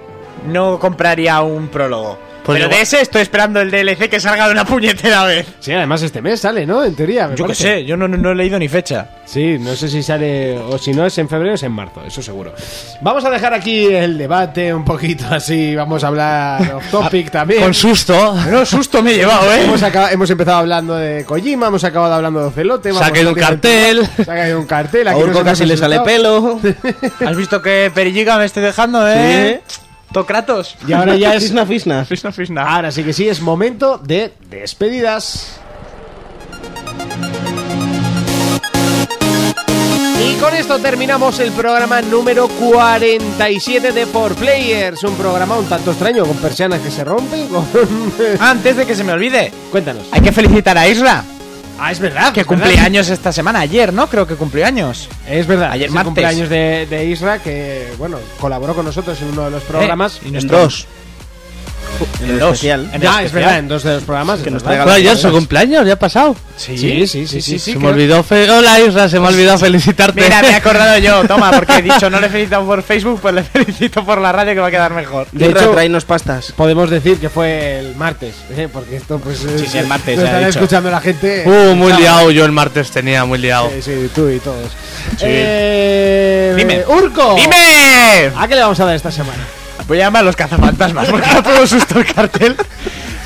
S5: no compraría un prólogo.
S7: Pues
S5: Pero
S7: igual-
S5: de ese estoy esperando el DLC que salga de una puñetera vez.
S2: Sí, además este mes sale, ¿no? En teoría. me
S5: Yo qué
S2: parece.
S5: sé, yo no, no- no he leído ni fecha.
S2: Sí, no sé si sale o si no es en febrero es en marzo, eso seguro. Vamos a dejar aquí el debate un poquito así, vamos a hablar off topic también.
S7: Con susto.
S5: No, susto me he llevado, ¿eh?
S2: Hemos, acaba- hemos empezado hablando de Kojima, hemos acabado hablando de Ocelote. vamos
S7: Se ha caído un
S2: prácticamente-
S7: cartel.
S2: Se ha caído un cartel.
S6: A
S2: aquí nos
S6: Urco
S2: hemos
S6: casi le sale
S2: asustado.
S6: pelo.
S5: ¿Has visto que Perigiga me estoy dejando, eh? Tocratos.
S2: Y ahora ya es...
S6: Fisna, fisna.
S5: Fisna, fisna.
S2: Ahora sí que sí, es momento de despedidas. Y con esto terminamos el programa número 47 de Por Players. Un programa un tanto extraño, con persianas que se rompen. con-
S5: Antes de que se me olvide,
S2: Cuéntanos.
S5: hay que felicitar a Isra,
S2: Ah, es verdad.
S5: que cumple años esta semana. Ayer, ¿no? Creo que cumplió años.
S2: Es verdad.
S5: Ayer
S2: es el
S5: martes.
S2: cumpleaños de, de Isra, que, bueno, colaboró con nosotros en uno de los programas.
S5: Eh, y
S6: En
S5: nuestro-
S6: dos. En el
S5: dos.
S6: especial.
S5: En el
S2: ah, es
S5: especial.
S2: verdad, en dos de los programas.
S6: Que
S2: es
S6: nos
S2: verdad.
S6: traiga
S7: Ah, Bueno,
S6: las
S7: ya es su
S6: novedades.
S7: cumpleaños, ya ha pasado.
S5: Sí,
S2: Sí, sí, sí, sí, Pues,
S7: se me
S5: creo-
S7: olvidó. fe- Hola Isra, se me ha olvidado felicitarte.
S5: Mira, me he acordado yo, toma, porque he dicho no le felicito por Facebook, pues le felicito por la radio que va a quedar mejor.
S2: De
S6: Irra,
S2: hecho-
S6: tráenos pastas.
S2: Podemos decir que fue el martes, ¿eh? porque esto pues
S5: Sí, sí, el martes,
S2: lo
S5: ya he
S2: estará
S5: dicho.
S2: escuchando la gente.
S7: Uh, muy liado yo el martes tenía, muy liado.
S2: Sí, sí, tú y todos. Eh,
S5: Dime.
S2: Urco.
S5: ¡Dime!
S2: ¿A qué le vamos a dar esta semana?
S5: Oh. Ah, Voy a llamar a los cazafantasmas porque no puedo susto el cartel.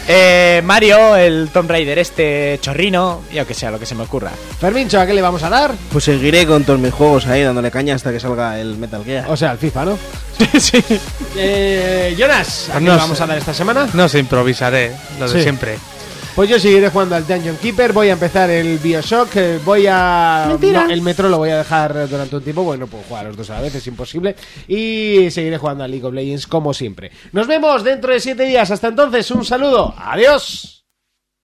S5: Eh, Mario, el Tomb Raider este chorrino, yo que sea, lo que se me ocurra.
S2: Fermincho, ¿a qué le vamos a dar?
S6: Pues seguiré con todos mis juegos ahí, dándole caña hasta que salga el Metal Gear.
S2: O sea, al FIFA, ¿no?
S5: sí.
S2: Eh, Jonas, ¿a qué
S7: No
S2: le
S7: sé.
S2: vamos a dar esta semana?
S7: No se improvisaré, lo de
S2: Sí.
S7: siempre.
S2: Pues yo seguiré jugando al Dungeon Keeper, voy a empezar el Bioshock, eh, voy a... no, el Metro lo voy a dejar durante un tiempo, bueno, puedo jugar a los dos a la vez, es imposible. Y seguiré jugando al League of Legends como siempre. Nos vemos dentro de siete días, hasta entonces, un saludo, adiós.